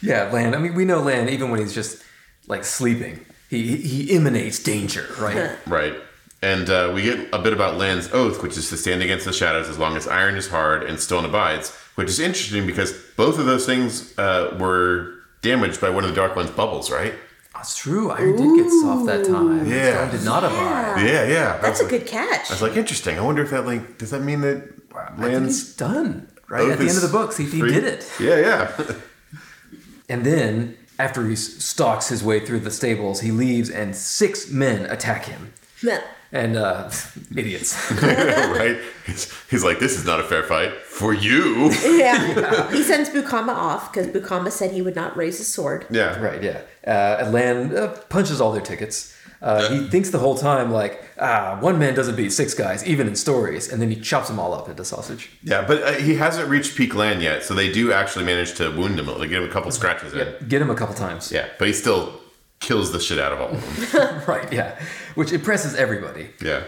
S2: Yeah, Lan. I mean, we know Lan even when he's just like sleeping. He he emanates danger, right?
S3: Right. And uh, we get a bit about Lan's oath, which is to stand against the shadows as long as iron is hard and stone abides, which is interesting because both of those things uh, were damaged by one of the Dark One's bubbles, right?
S2: That's Ah, true. Iron did get soft that time.
S3: Yeah.
S2: Stone did not abide.
S1: Yeah.
S3: Yeah, yeah.
S1: Ah. That's
S3: I
S1: a
S3: was,
S1: good catch.
S3: I was like, interesting. I wonder if that like does that mean that
S2: I think
S3: Lan's
S2: he's done. Right
S3: oath
S2: at the end
S3: is
S2: of the books, he, he
S3: free-
S2: did it.
S3: Yeah, yeah.
S2: And then, after he s- stalks his way through the stables, he leaves and six men attack him.
S1: Meh.
S2: And, uh, idiots.
S3: right? He's, he's like, this is not a fair fight for you.
S1: yeah. he sends Bukama off because Bukama said he would not raise his sword.
S3: Yeah.
S2: right, yeah. Uh, Lan uh, punches all their tickets. Uh, he thinks the whole time, like, ah, one man doesn't beat six guys, even in stories. And then he chops them all up into sausage.
S3: Yeah, but uh, he hasn't reached peak land yet, so they do actually manage to wound him. They give him a couple scratches in.
S2: Get him a couple times.
S3: Yeah, but he still kills the shit out of all of them.
S2: Right, yeah. Which impresses everybody.
S3: yeah.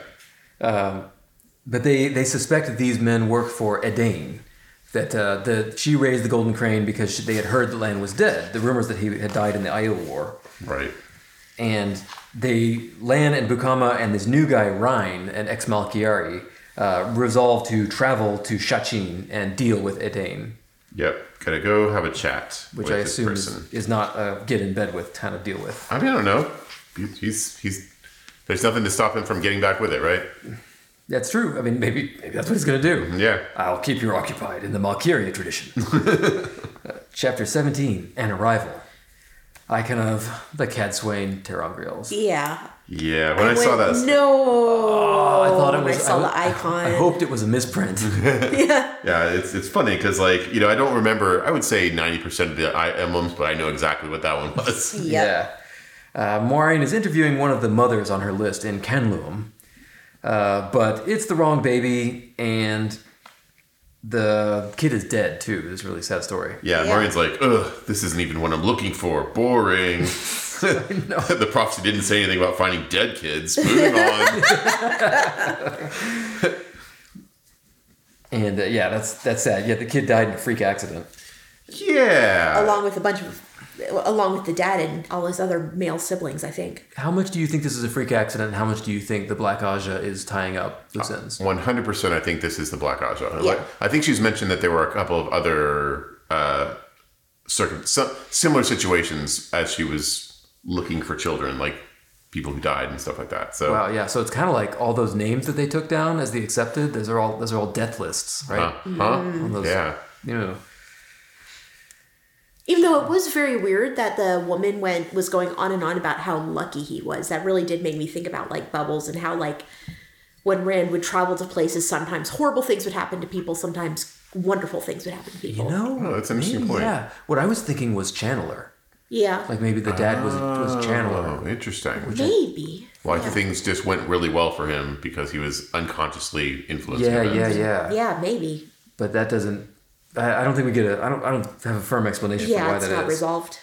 S2: But they, they suspect that these men work for Edane. That uh, the, she raised the Golden Crane because she, they had heard that Lan was dead. The rumors that he had died in the Iowa War.
S3: Right.
S2: And they, Lan and Bukama and this new guy, Rhine, an ex Malkiari, uh, resolve to travel to Shachin and deal with Edain,
S3: Yep. Gotta go have a chat
S2: which
S3: with
S2: I
S3: this
S2: assume
S3: person.
S2: is, is not a get in bed with kind of deal with.
S3: I mean, I don't know. He- He's he's. There's nothing to stop him from getting back with it, right?
S2: That's true. I mean, maybe maybe that's what he's gonna do.
S3: Yeah.
S2: I'll keep you occupied in the Malkyria tradition. Uh, chapter 17, An Arrival. Icon of the Cadswain Terangriels.
S1: Yeah.
S3: Yeah. When I, saw that,
S1: No.
S2: Oh, I thought it was.
S1: I saw
S2: w-
S1: the icon.
S2: I hoped it was a misprint.
S3: yeah, it's it's funny because like you know I don't remember. I would say ninety percent of the I- emblems, but I know exactly what that one was.
S1: Yep.
S2: Yeah. Uh, Maureen is interviewing one of the mothers on her list in Kenluum, uh, but it's the wrong baby, and the kid is dead too. It's a really sad story.
S3: Yeah,
S1: Yeah.
S3: Marian's like, ugh, this isn't even what I'm looking for. Boring. the prophecy didn't say anything about finding dead kids. Moving on.
S2: And uh, yeah, that's that's sad. Yeah, the kid died in a freak accident.
S3: yeah.
S1: Along with a bunch of. Along with the dad and all his other male siblings, I think.
S2: How much do you think this is a freak accident? and How much do you think the Black Aja is tying up loose ends?
S3: One hundred percent. I think this is the Black Aja.
S1: Yeah.
S3: I think she's mentioned that there were a couple of other uh, circum some similar situations as she was looking for children, like people who died and stuff like that. So
S2: Wow, yeah. So it's kind of like all those names that they took down as the accepted. Those are all those are all death lists,
S3: uh, huh?
S2: right?
S3: Huh?
S2: On those-
S3: Yeah.
S2: You know,
S1: Even though it was very weird that the woman went was going on and on about how lucky he was. That really did make me think about like bubbles and how like when Rand would travel to places, sometimes horrible things would happen to people, sometimes wonderful things would happen to people.
S2: you know.
S3: Oh, that's an interesting point.
S2: Yeah. What I was thinking was Channeler.
S1: Yeah.
S2: Like maybe the dad was was Chandler.
S3: Oh, interesting.
S1: Maybe.
S3: Well, I think things just went really well for him because he was unconsciously influenced.
S2: Yeah,
S3: by that.
S2: yeah, yeah.
S1: Yeah, maybe.
S2: But that doesn't. I, I don't think we get a. I don't. I don't have a firm explanation for
S1: Yeah,
S2: why
S1: it's
S2: that
S1: not
S2: is.
S1: resolved.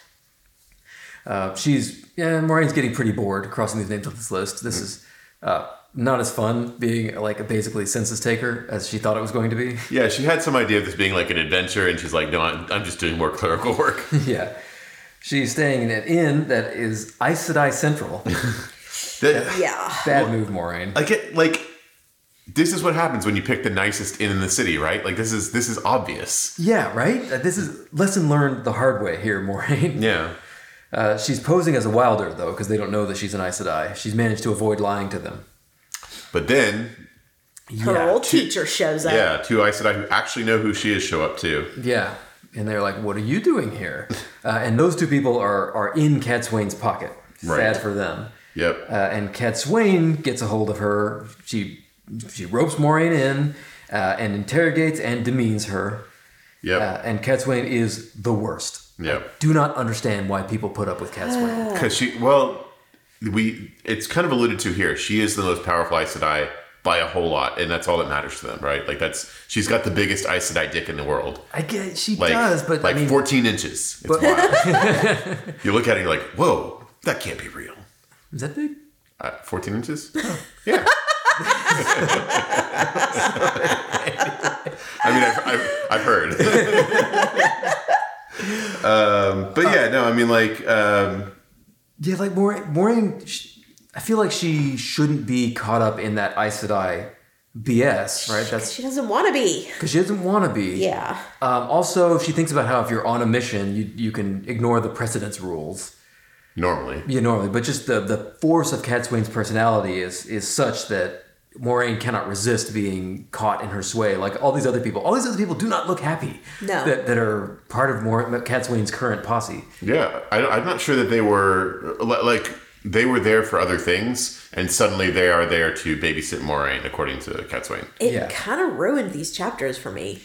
S2: Uh, she's yeah. Maureen's getting pretty bored crossing these names off this list. This is uh, not as fun being like a basically census taker as she thought it was going to be.
S3: Yeah, she had some idea of this being like an adventure, and she's like, "No, I'm, I'm just doing more clerical work."
S2: yeah. She's staying in an inn that is Aes Sedai Central.
S3: That-
S1: Yeah.
S2: Bad move, Maureen.
S3: I get like this is what happens when you pick the nicest inn in the city, right? Like this is this is obvious.
S2: Yeah, right? Uh, This is lesson learned the hard way here, Maureen.
S3: Yeah.
S2: Uh, she's posing as a wilder, though, because they don't know that she's an Aes Sedai. She's managed to avoid lying to them.
S3: But then,
S1: Her
S2: yeah.
S1: old teacher shows up.
S3: yeah, two Aes Sedai who actually know who she is show up too.
S2: Yeah. And they're like, what are you doing here? Uh, and those two people are, are in Cat Swain's pocket.
S3: Right.
S2: Sad for them.
S3: Yep.
S2: Uh, and Cat Swain gets a hold of her. She, she ropes Maureen in uh, and interrogates and demeans her.
S3: Yep.
S2: Uh, and Cat Swain is the worst.
S3: yep.
S2: Do not understand why people put up with Cat Swain.
S3: Because she, well, we, it's kind of alluded to here. She is the most powerful Aes Sedai by a whole lot, and that's all that matters to them, right? Like that's she's got the biggest Aes Sedai dick in the world.
S2: I get she
S3: Like,
S2: does, but
S3: like
S2: I mean,
S3: 14 inches. It's wild. you look at it, and you're like, whoa, that can't be real.
S2: is that big?
S3: Uh, 14 inches? Yeah. I mean, I've, I've, I've heard. um, but yeah, no, I mean, like, um,
S2: Yeah, like Maureen. Maureen sh I feel like she shouldn't be caught up in that Aes Sedai BS, right? That's
S1: She doesn't want to be.
S2: because she doesn't want to be.
S1: Yeah.
S2: Um, also, she thinks about how if you're on a mission, you you can ignore the precedence rules,
S3: normally.
S2: you know, normally, but just the the force of Cat Swain's personality is is such that Maureen cannot resist being caught in her sway. Like all these other people, all these other people do not look happy.
S1: No.
S2: that, that are part of Maureen, Cat Swain's current posse.
S3: Yeah, I, I'm not sure that they were li- like they were there for other things, and suddenly they are there to babysit Moraine, according to Catswain.
S1: It
S2: Yeah.
S1: kind of ruined these chapters for me.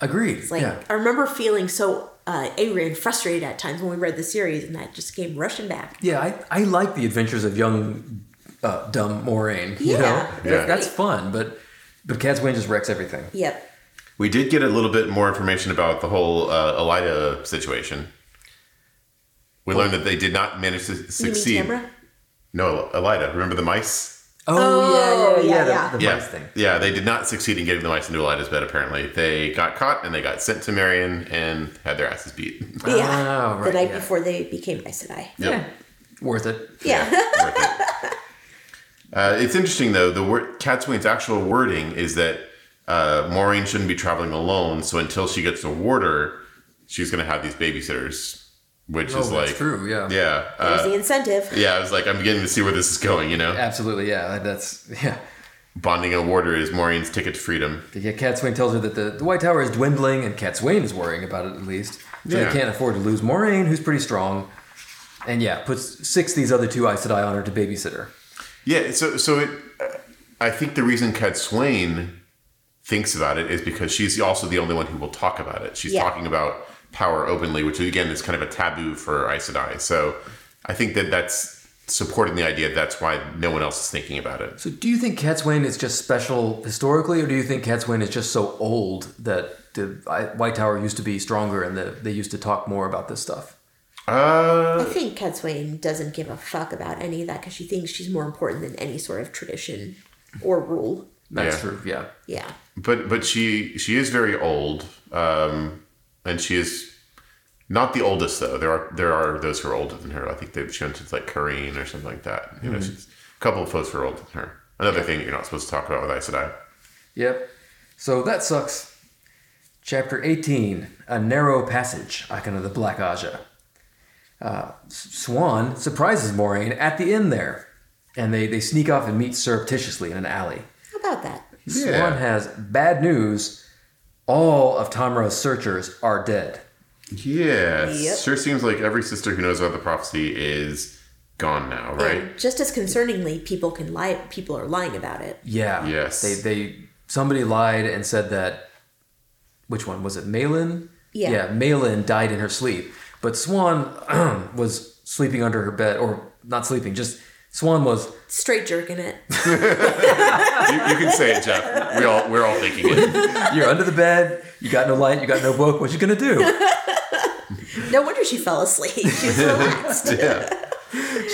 S2: Agreed.
S1: Like
S2: yeah.
S1: I remember feeling so uh angry and frustrated at times when we read the series and that just came rushing back.
S2: Yeah, I, I like the adventures of young, uh, dumb Moraine. You
S1: Yeah.
S2: know,
S3: Yeah.
S2: that's fun. But but Cat's Wayne just wrecks everything.
S1: Yep.
S3: We did get a little bit more information about the whole uh, Elida situation. We learned that they did not manage to
S1: You mean
S3: succeed.
S1: Tamara?
S3: No, Elida. Remember the mice?
S2: Oh,
S1: Oh, yeah,
S2: the,
S1: yeah.
S2: the
S3: Yeah,
S2: mice thing.
S3: yeah. They did not succeed in getting the mice into Elida's bed. Apparently, they got caught and they got sent to Marion and had their asses beat.
S1: Yeah.
S2: Oh,
S1: the
S2: right,
S1: night
S2: yeah.
S1: before they became Aes Sedai.
S3: Yep.
S2: Worth it.
S1: Yeah.
S3: worth it. Uh, it's interesting though. The word Cat's actual wording is that uh, Maureen shouldn't be traveling alone. So until she gets a warder, she's going to have these babysitters, which
S2: Oh,
S3: is
S2: that's
S3: like
S2: true. Yeah.
S3: Yeah,
S1: There's
S3: uh,
S1: the incentive.
S3: yeah. I was like, I'm beginning to see where this is going. You know,
S2: Absolutely. Yeah. That's yeah.
S3: bonding a warder is Maureen's ticket to freedom.
S2: Yeah, Cat Swain tells her that the, the White Tower is dwindling, and Cat Swain is worrying about it at least. So
S3: Yeah.
S2: they can't afford to lose Moraine, who's pretty strong. And yeah, puts six these other two Aes Sedai on her to babysit her.
S3: Yeah, so so it. I think the reason Kat Swain thinks about it is because she's also the only one who will talk about it. She's
S1: Yeah.
S3: talking about power openly, which again is kind of a taboo for Aes Sedai. So I think that that's supporting the idea. That's why no one else is thinking about it.
S2: So do you think Cat Swain is just special historically, or do you think Cat Swain is just so old that the I- White Tower used to be stronger and that they used to talk more about this stuff?
S3: Uh,
S1: I think Cat Swain doesn't give a fuck about any of that because she thinks she's more important than any sort of tradition or rule.
S2: That's
S3: Yeah.
S2: true, yeah.
S1: Yeah.
S3: but but she she is very old, um, and she is not the oldest though. There are there are those who are older than her. I think they've shown she's like Corrine or something like that. You know, she's a couple of folks who are older than her. Another thing that you're not supposed to talk about with Aes Sedai.
S2: Yep. So that sucks. Chapter 18 A Narrow Passage, Icon of the Black Aja. Uh, S- Swan surprises Moraine at the inn there, and they, they sneak off and meet surreptitiously in an alley.
S1: How about that?
S3: Yeah.
S2: Swan has bad news. All of Tamra's searchers are dead.
S3: Yeah,
S1: Yep.
S3: sure seems like every sister who knows about the prophecy is gone now, right?
S1: And just as concerningly, people can lie. People are lying about it.
S2: Yeah.
S3: Yes.
S2: They they somebody lied and said that which one was it? Malin?
S1: Yeah.
S2: Yeah, Malin died in her sleep, but Swan was sleeping under her bed or not sleeping, just Swan was
S1: Straight jerking it.
S3: You, you can say it, Jeff. We all we're all thinking it.
S2: you're under the bed, you got no light, you got no book, what you going to do?
S1: No wonder she fell asleep. She's relaxed.
S3: Yeah.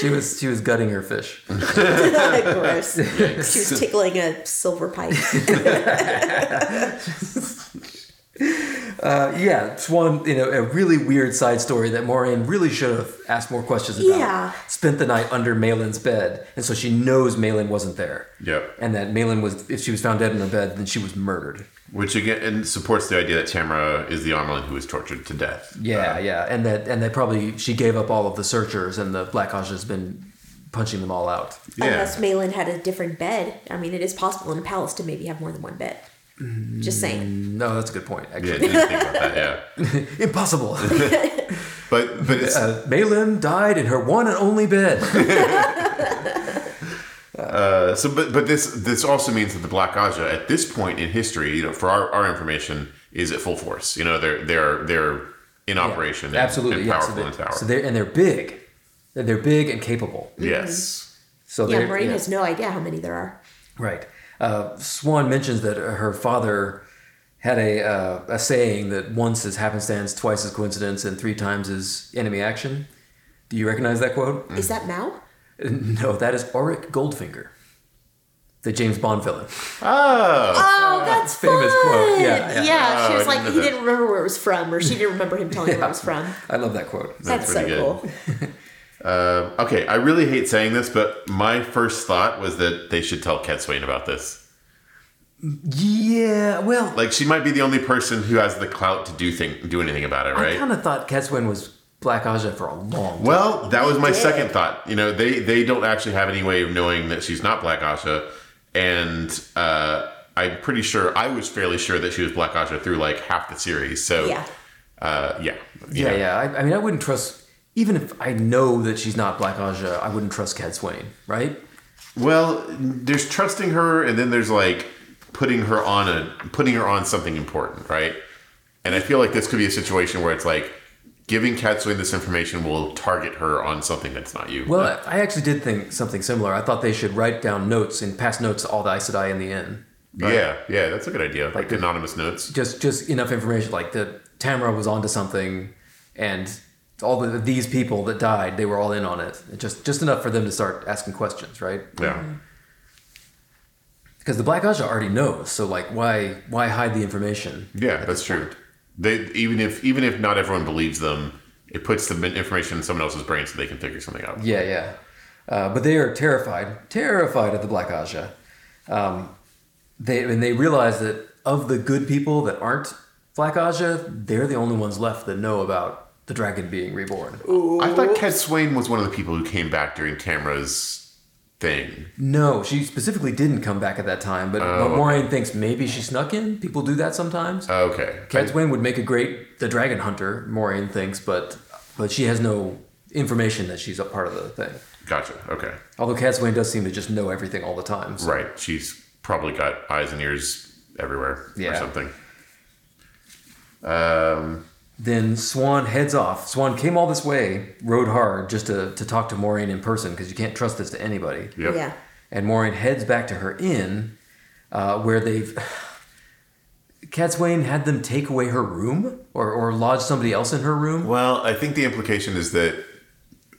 S2: She was she was gutting her fish.
S1: Gross. She was tickling a silver pipe.
S2: Uh, yeah, Swan, you know, a really weird side story that Maureen really should have asked more questions about.
S1: Yeah.
S2: Spent the night under Malin's bed, and so she knows Malin wasn't there.
S3: Yep.
S2: And that Malin was if she was found dead in her bed, then she was murdered.
S3: Which again and supports the idea that Tamara is the Amarlin who was tortured to death.
S2: Yeah, yeah, and that and that probably she gave up all of the searchers, and the Black Hodge has been punching them all out.
S1: Unless Malin had a different bed. I mean, it is possible in a palace to maybe have more than one bed. Just saying.
S2: No, that's a good point.
S3: Yeah, I
S2: Actually,
S3: didn't think about that. Yeah,
S2: impossible.
S3: but but it's
S2: uh, Malin died in her one and only bed.
S3: uh, so. But but this this also means that the Black Aja at this point in history, you know, for our, our information, is at full force. You know, they're they're they're in operation. and-
S2: Absolutely,
S3: and
S2: yeah,
S3: powerful
S2: so
S3: in
S2: they-
S3: power.
S2: So they're and they're big. They're- They're big and capable.
S3: yes.
S2: So
S1: Yeah,
S2: they're-
S1: Maureen has no idea how many there are.
S2: Right. Uh, Swan mentions that her father had a, uh, a saying that once is happenstance, twice is coincidence, and three times is enemy action. Do you recognize that quote?
S1: Is that Mao?
S2: No, that is Auric Goldfinger, the James Bond villain.
S3: Oh,
S1: Oh, that's
S2: famous
S1: fun.
S2: quote. Yeah, yeah.
S1: she
S3: Oh,
S1: was
S3: I
S1: like,
S3: didn't know
S1: he
S3: that.
S1: didn't remember where it was from, or she didn't remember him telling her where it was from.
S2: I love that quote.
S1: That's, so
S3: pretty good.
S1: cool.
S3: Um, okay. I really hate saying this, but my first thought was that they should tell Cat Swain about this.
S2: Yeah, well,
S3: Like, she might be the only person who has the clout to do thing, do anything about it,
S2: I
S3: right?
S2: kind of thought Keswin was Black Aja for a long time.
S3: Well, that was my
S1: did.
S3: second thought. You know, they they don't actually have any way of knowing that she's not Black Asha, and uh, I'm pretty sure I was fairly sure that she was Black Asha through like half the series. So,
S1: Yeah.
S3: uh, yeah, you
S2: Yeah,
S3: know.
S2: yeah. I, I mean, I wouldn't trust, even if I know that she's not Black Aja, I wouldn't trust Cat Swain, right?
S3: Well, there's trusting her, and then there's like putting her on a putting her on something important, right? And I feel like this could be a situation where it's like giving Katsui this information will target her on something that's not you.
S2: Well, I I actually did think something similar. I thought they should write down notes and pass notes to all the Aes Sedai in the inn.
S3: yeah, yeah, that's a good idea. Like anonymous notes.
S2: Just just enough information, like that Tamara was onto something, and all the, these people that died, they were all in on it. Just just enough for them to start asking questions, right?
S3: Yeah.
S2: Because the Black Aja already knows, so like, why why hide the information?
S3: Yeah, that's true. They even if even if not everyone believes them, it puts the information in someone else's brain so they can figure something out.
S2: Yeah, yeah. Uh, but they are terrified, terrified of the Black Aja. Um, they and they realize that of the good people that aren't Black Aja, they're the only ones left that know about the dragon being reborn.
S3: I thought Kat Swain was one of the people who came back during Camera's thing.
S2: No, she specifically didn't come back at that time, but, but Moraine thinks maybe she snuck in. People do that sometimes.
S3: Uh, Oh, Okay.
S2: Cat Swain would make a great the dragon hunter, Moraine thinks, but but she has no information that she's a part of the thing.
S3: Gotcha. Okay.
S2: Although Cat Swain does seem to just know everything all the time. so-
S3: Right. She's probably got eyes and ears everywhere or
S2: Yeah.
S3: something.
S2: Then Swan heads off. Swan came all this way, rode hard just to, to talk to Moraine in person because you can't trust this to anybody.
S3: Yep.
S1: Yeah.
S2: And Maureen heads back to her inn, uh, where they've. Cat Swain had them take away her room or, or lodge somebody else in her room.
S3: Well, I think the implication is that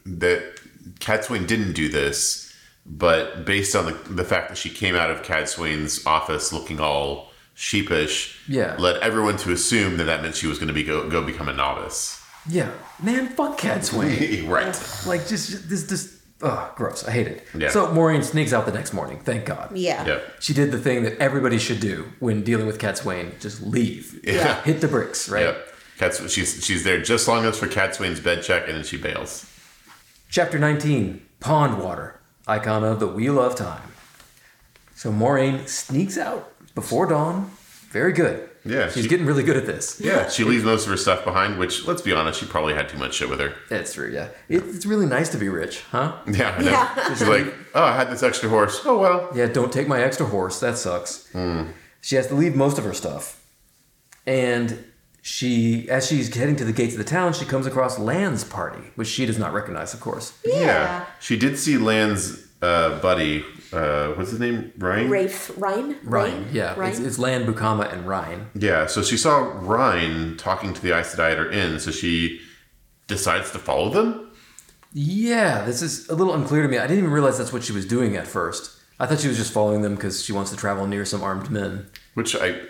S3: that Cat Swain didn't do this, but based on the, the fact that she came out of Cat Swain's office looking all sheepish,
S2: Yeah.
S3: led everyone to assume that that meant she was going to be go, go become a novice.
S2: Yeah. Man, fuck Cat Swain.
S3: right.
S2: like, just, just this, this, ugh, gross. I hate it.
S3: Yeah.
S2: So Maureen sneaks out the next morning. Thank God.
S1: Yeah.
S3: Yep.
S2: She did the thing that everybody should do when dealing with Cat Swain just leave.
S3: Yeah.
S2: Hit the bricks, right?
S3: Yep. Cat, Sw- she's she's there just long enough for Cat Swain's bed check, and then she bails.
S2: Chapter 19 Pond Water, icon of the Wheel of Time. So Moraine sneaks out before dawn. Very good.
S3: Yeah,
S2: She's
S3: she-
S2: getting really good at this.
S3: Yeah, she leaves most of her stuff behind, which let's be honest, she probably had too much shit with her.
S2: That's true, yeah. It, it's really nice to be rich, huh?
S3: Yeah, I know.
S1: Yeah.
S3: She's like, oh, I had this extra horse. Oh well.
S2: Yeah, don't take my extra horse. That sucks.
S3: Hmm.
S2: She has to leave most of her stuff. And she, as she's heading to the gates of the town, she comes across Land's party, which she does not recognize, of course.
S1: Yeah.
S3: She did see Land's uh, buddy. Uh, what's his name? Ryan.
S1: Rafe Ryan.
S2: Ryan, yeah. It's,
S1: Ryan.
S2: it's Land, Bukama, and Ryan.
S3: Yeah. So she saw Ryan talking to the Aes Sedai at her inn, so she decides to follow them.
S2: Yeah, this is a little unclear to me. I didn't even realize that's what she was doing at first. I thought she was just following them because she wants to travel near some armed men.
S3: Which I,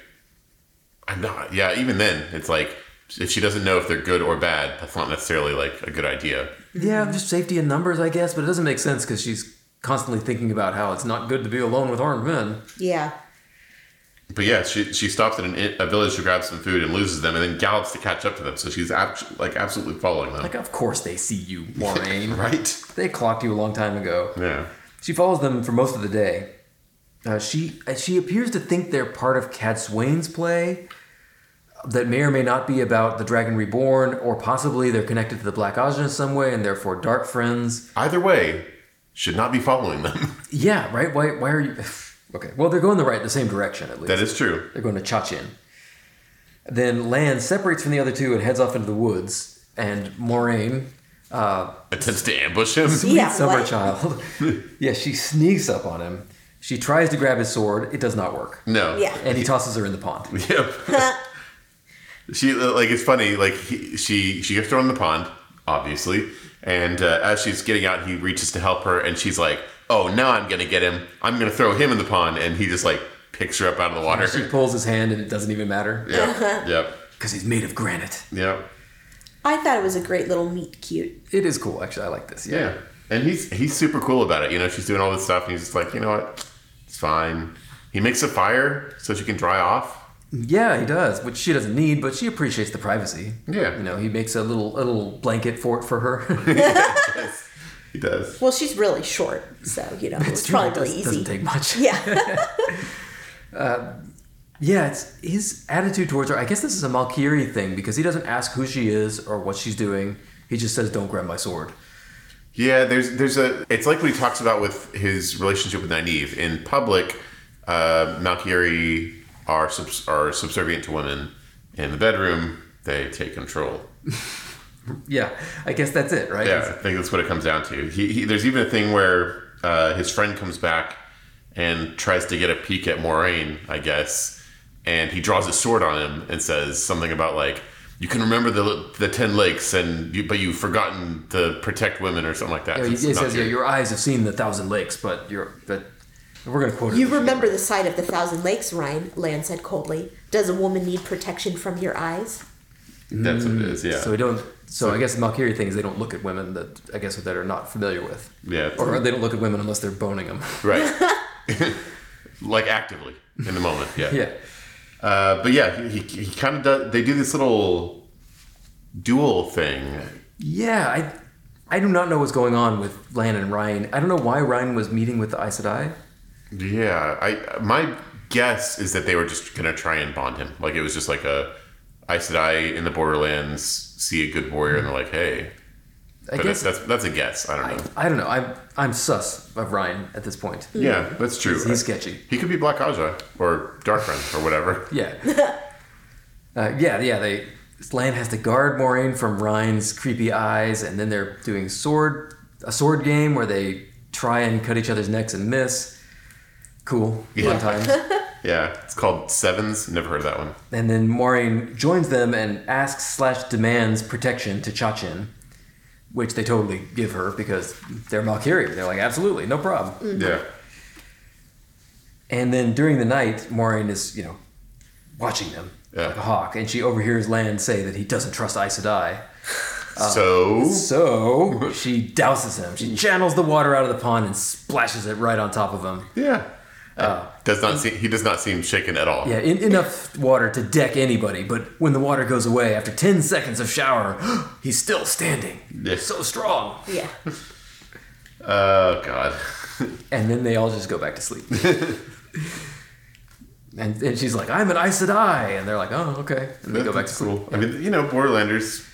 S3: I'm not. Yeah. Even then, it's like if she doesn't know if they're good or bad, that's not necessarily like a good idea.
S2: Yeah, just safety in numbers, I guess, but it doesn't make sense because she's constantly thinking about how it's not good to be alone with armed men.
S1: yeah.
S3: But yeah, she she stops at an, inn- a village to grab some food and loses them, and then gallops to catch up to them. So she's abs- like absolutely following them.
S2: Like, of course they see you, Moraine.
S3: Right.
S2: They clocked you a long time ago.
S3: Yeah.
S2: She follows them for most of the day. Uh, she uh, she appears to think they're part of Cat Swain's play that may or may not be about the Dragon Reborn, or possibly they're connected to the Black Aja in some way and therefore dark friends.
S3: Either way, should not be following them.
S2: Yeah, right. Why? Why are you? okay. Well, they're going the right, the same direction at least.
S3: that is true.
S2: They're going to Chachin. Then Lan separates from the other two and heads off into the woods. And Moraine, uh,
S3: Attempts to ambush him.
S1: Yeah.
S2: sweet summer
S1: what?
S2: child, yeah, she sneaks up on him. She tries to grab his sword. It does not work,
S3: No.
S1: Yeah.
S2: and he tosses her in the pond.
S3: Yep. She like it's funny. Like he, she she gets thrown in the pond, obviously, and uh, as she's getting out, he reaches to help her, and she's like, "Oh, now I'm gonna get him. I'm gonna throw him in the pond," and he just like picks her up out of the water.
S2: She pulls his hand, and it doesn't even matter
S3: yep. Yep.
S2: because he's made of granite.
S3: Yep.
S1: I thought it was a great little meet cute.
S2: It is cool, actually. I like this. Yeah.
S3: Yeah. And he's he's super cool about it. You know, she's doing all this stuff, and he's just like, you know what, it's fine. He makes a fire so she can dry off.
S2: Yeah, he does, which she doesn't need, but she appreciates the privacy.
S3: Yeah.
S2: You know, he makes a little a little blanket fort for her.
S3: He does.
S1: Well, she's really short, so you know it's probably really
S2: doesn't,
S1: easy.
S2: doesn't take much.
S1: yeah.
S2: Yeah, it's his attitude towards her. I guess this is a Malkiri thing because he doesn't ask who she is or what she's doing. He just says, "Don't grab my sword."
S3: Yeah, there's there's a. It's like what he talks about with his relationship with Nynaeve. In public, uh, Malkyri are subs- are subservient to women. In the bedroom, they take control.
S2: Yeah, I guess that's it, right?
S3: Yeah, I think that's what it comes down to. He, he there's even a thing where uh, his friend comes back and tries to get a peek at Moraine, I guess, and he draws his sword on him and says something about like. You can remember the the ten lakes, and you, but you've forgotten to protect women or something like that.
S2: Yeah, he,
S3: It's
S2: he
S3: not
S2: says, "Yeah,
S3: your-
S2: your eyes have seen the thousand lakes, but you're but we're gonna quote it.
S1: You remember the sight of the Thousand Lakes, Ryan, Lan said coldly. Does a woman need protection from your eyes?
S3: That's what it is. Yeah.
S2: mm, So we don't. So, I guess the Malkiri thing is they don't look at women that I guess that are not familiar with,
S3: yeah. it's-
S2: or they don't look at women unless they're boning them.
S3: right. like actively in the moment. Yeah.
S2: yeah,
S3: Uh, but yeah, he, he, he kind of does. They do this little duel thing.
S2: yeah. I I do not know what's going on with Lan and Ryan. I don't know why Ryan was meeting with the Aes Sedai.
S3: Yeah. I my guess is that they were just gonna try and bond him. Like it was just like a I said I in the Borderlands see a good warrior and they're like, hey.
S2: I
S3: But
S2: guess
S3: that's that's a guess. I don't know.
S2: I don't know. I'm I'm sus of Ryan at this point.
S3: yeah, that's true.
S2: He's sketchy.
S3: He could be Black Aja or Darkren or whatever.
S2: Yeah. uh, yeah, yeah. They Lan has to guard Moraine from Ryan's creepy eyes, and then they're doing sword a sword game where they try and cut each other's necks and miss. Cool. Fun
S3: Yeah.
S2: time.
S3: Yeah, it's called Sevens. Never heard of that one.
S2: and then Moraine joins them and asks slash demands protection to Chachin, which they totally give her because they're Valkyrie. They're like, absolutely, no problem.
S3: Yeah,
S2: And then during the night, Maureen is, you know, watching them
S3: Yeah.
S2: like a hawk, and she overhears Lan say that he doesn't trust Aes Sedai. Uh,
S3: so
S2: So she douses him. She channels the water out of the pond and splashes it right on top of him.
S3: yeah, Uh, does not seem he does not seem shaken at all.
S2: Yeah, in, enough water to deck anybody, but when the water goes away after 10 seconds of shower, he's still standing.
S3: Yeah.
S2: So strong.
S1: Yeah.
S3: Oh god,
S2: And then they all just go back to sleep. and, and she's like, I'm an Aes Sedai. And they're like, oh, okay. And they go back to
S3: That's
S2: sleep.
S3: cool. I mean, you know, Borderlanders,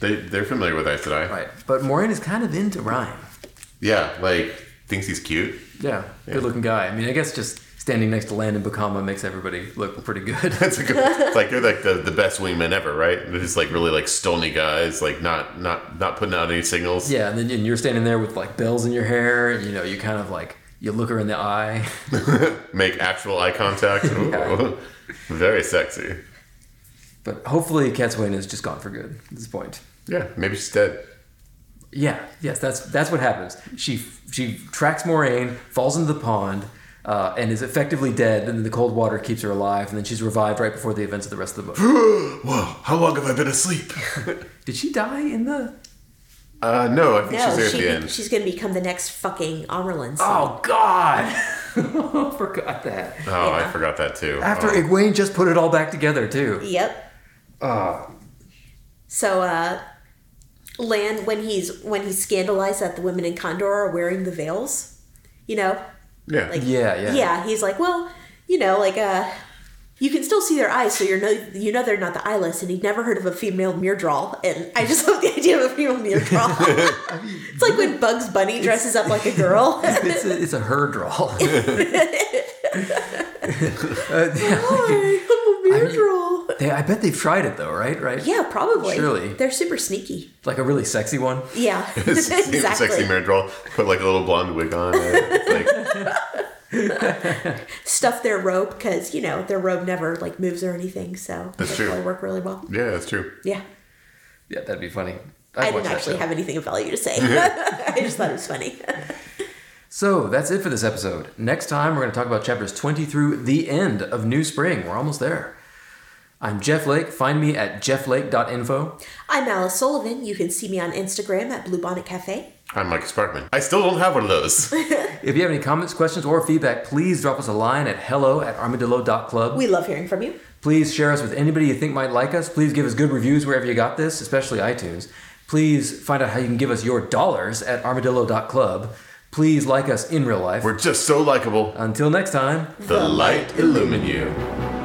S3: they they're familiar with Aes Sedai.
S2: Right. But Moraine is kind of into Ryan.
S3: Yeah, like thinks he's cute.
S2: Yeah. Good looking guy. I mean, I guess just standing next to Landon Bukama makes everybody look pretty good.
S3: That's a good. it's like they're like the, the best wingmen ever, right? They're just like really like stony guys, like not not not putting out any signals.
S2: yeah. And then and you're standing there with like bells in your hair and, you know, you kind of like, you look her in the eye.
S3: Make actual eye contact. Ooh.
S2: Yeah.
S3: Very sexy.
S2: But hopefully Catwin is just gone for good at this point.
S3: Yeah, maybe she's dead.
S2: Yeah. Yes. That's, that's what happens. She, she tracks Moraine, falls into the pond. Uh, and is effectively dead, and then the cold water keeps her alive, and then she's revived right before the events of the rest of the book.
S3: Whoa! How long have I been asleep?
S2: Did she die in the?
S3: Uh, no, I think she's
S1: No,
S3: there
S1: she,
S3: at the end. Ah.
S1: she's going to become the next fucking Amerlin.
S2: Oh God! Forgot that.
S3: oh, I
S1: yeah.
S3: forgot that too.
S2: After
S3: oh.
S2: Egwene just put it all back together too.
S1: Yep.
S3: Ah.
S1: So, uh, Lan, when he's when he's scandalized that the women in Condor are wearing the veils, you know,
S3: yeah,
S1: like
S2: Yeah, yeah.
S1: yeah, he's like, well, you know, like uh, you can still see their eyes, so you're no, you know, they're not the eyeless, and he'd never heard of a female Myrdral, and I just love the idea of a female Myrdral. it's like when Bugs Bunny dresses up like a girl.
S2: It's a, it's a her draw. Uh,
S1: Oh,
S2: yeah.
S1: Hi, I'm a Myrdral.
S2: They- I bet they've tried it though, right? Right?
S1: Yeah, probably.
S2: Surely.
S1: they're super sneaky.
S2: Like a really sexy one.
S1: Yeah,
S3: Sexy- Sexy married doll. Put like a little blonde wig on. It's like,
S1: stuff their robe because you know their robe never like moves or anything, so
S3: That's
S1: they
S3: true.
S1: probably work really well.
S3: yeah, that's true.
S1: Yeah,
S2: Yeah, that'd be funny.
S1: I,
S2: I'd watch
S1: didn't
S2: that
S1: actually
S2: show.
S1: have anything of value to say. I just thought it was funny.
S2: So that's it for this episode. Next time, we're going to talk about chapters 20 through the end of New Spring. We're almost there. I'm Jeff Lake. Find me at jefflake.info.
S1: I'm Alice Sullivan. You can see me on Instagram at Bluebonnet Cafe.
S3: I'm Mike Sparkman. I still don't have one of those.
S2: If you have any comments, questions, or feedback, please drop us a line at hello at armadillo.club.
S1: We love hearing from you.
S2: Please share us with anybody you think might like us. Please give us good reviews wherever you got this, especially iTunes. Please find out how you can give us your dollars at armadillo.club. Please like us in real life.
S3: We're just so likable.
S2: Until next time.
S3: The light illumine you.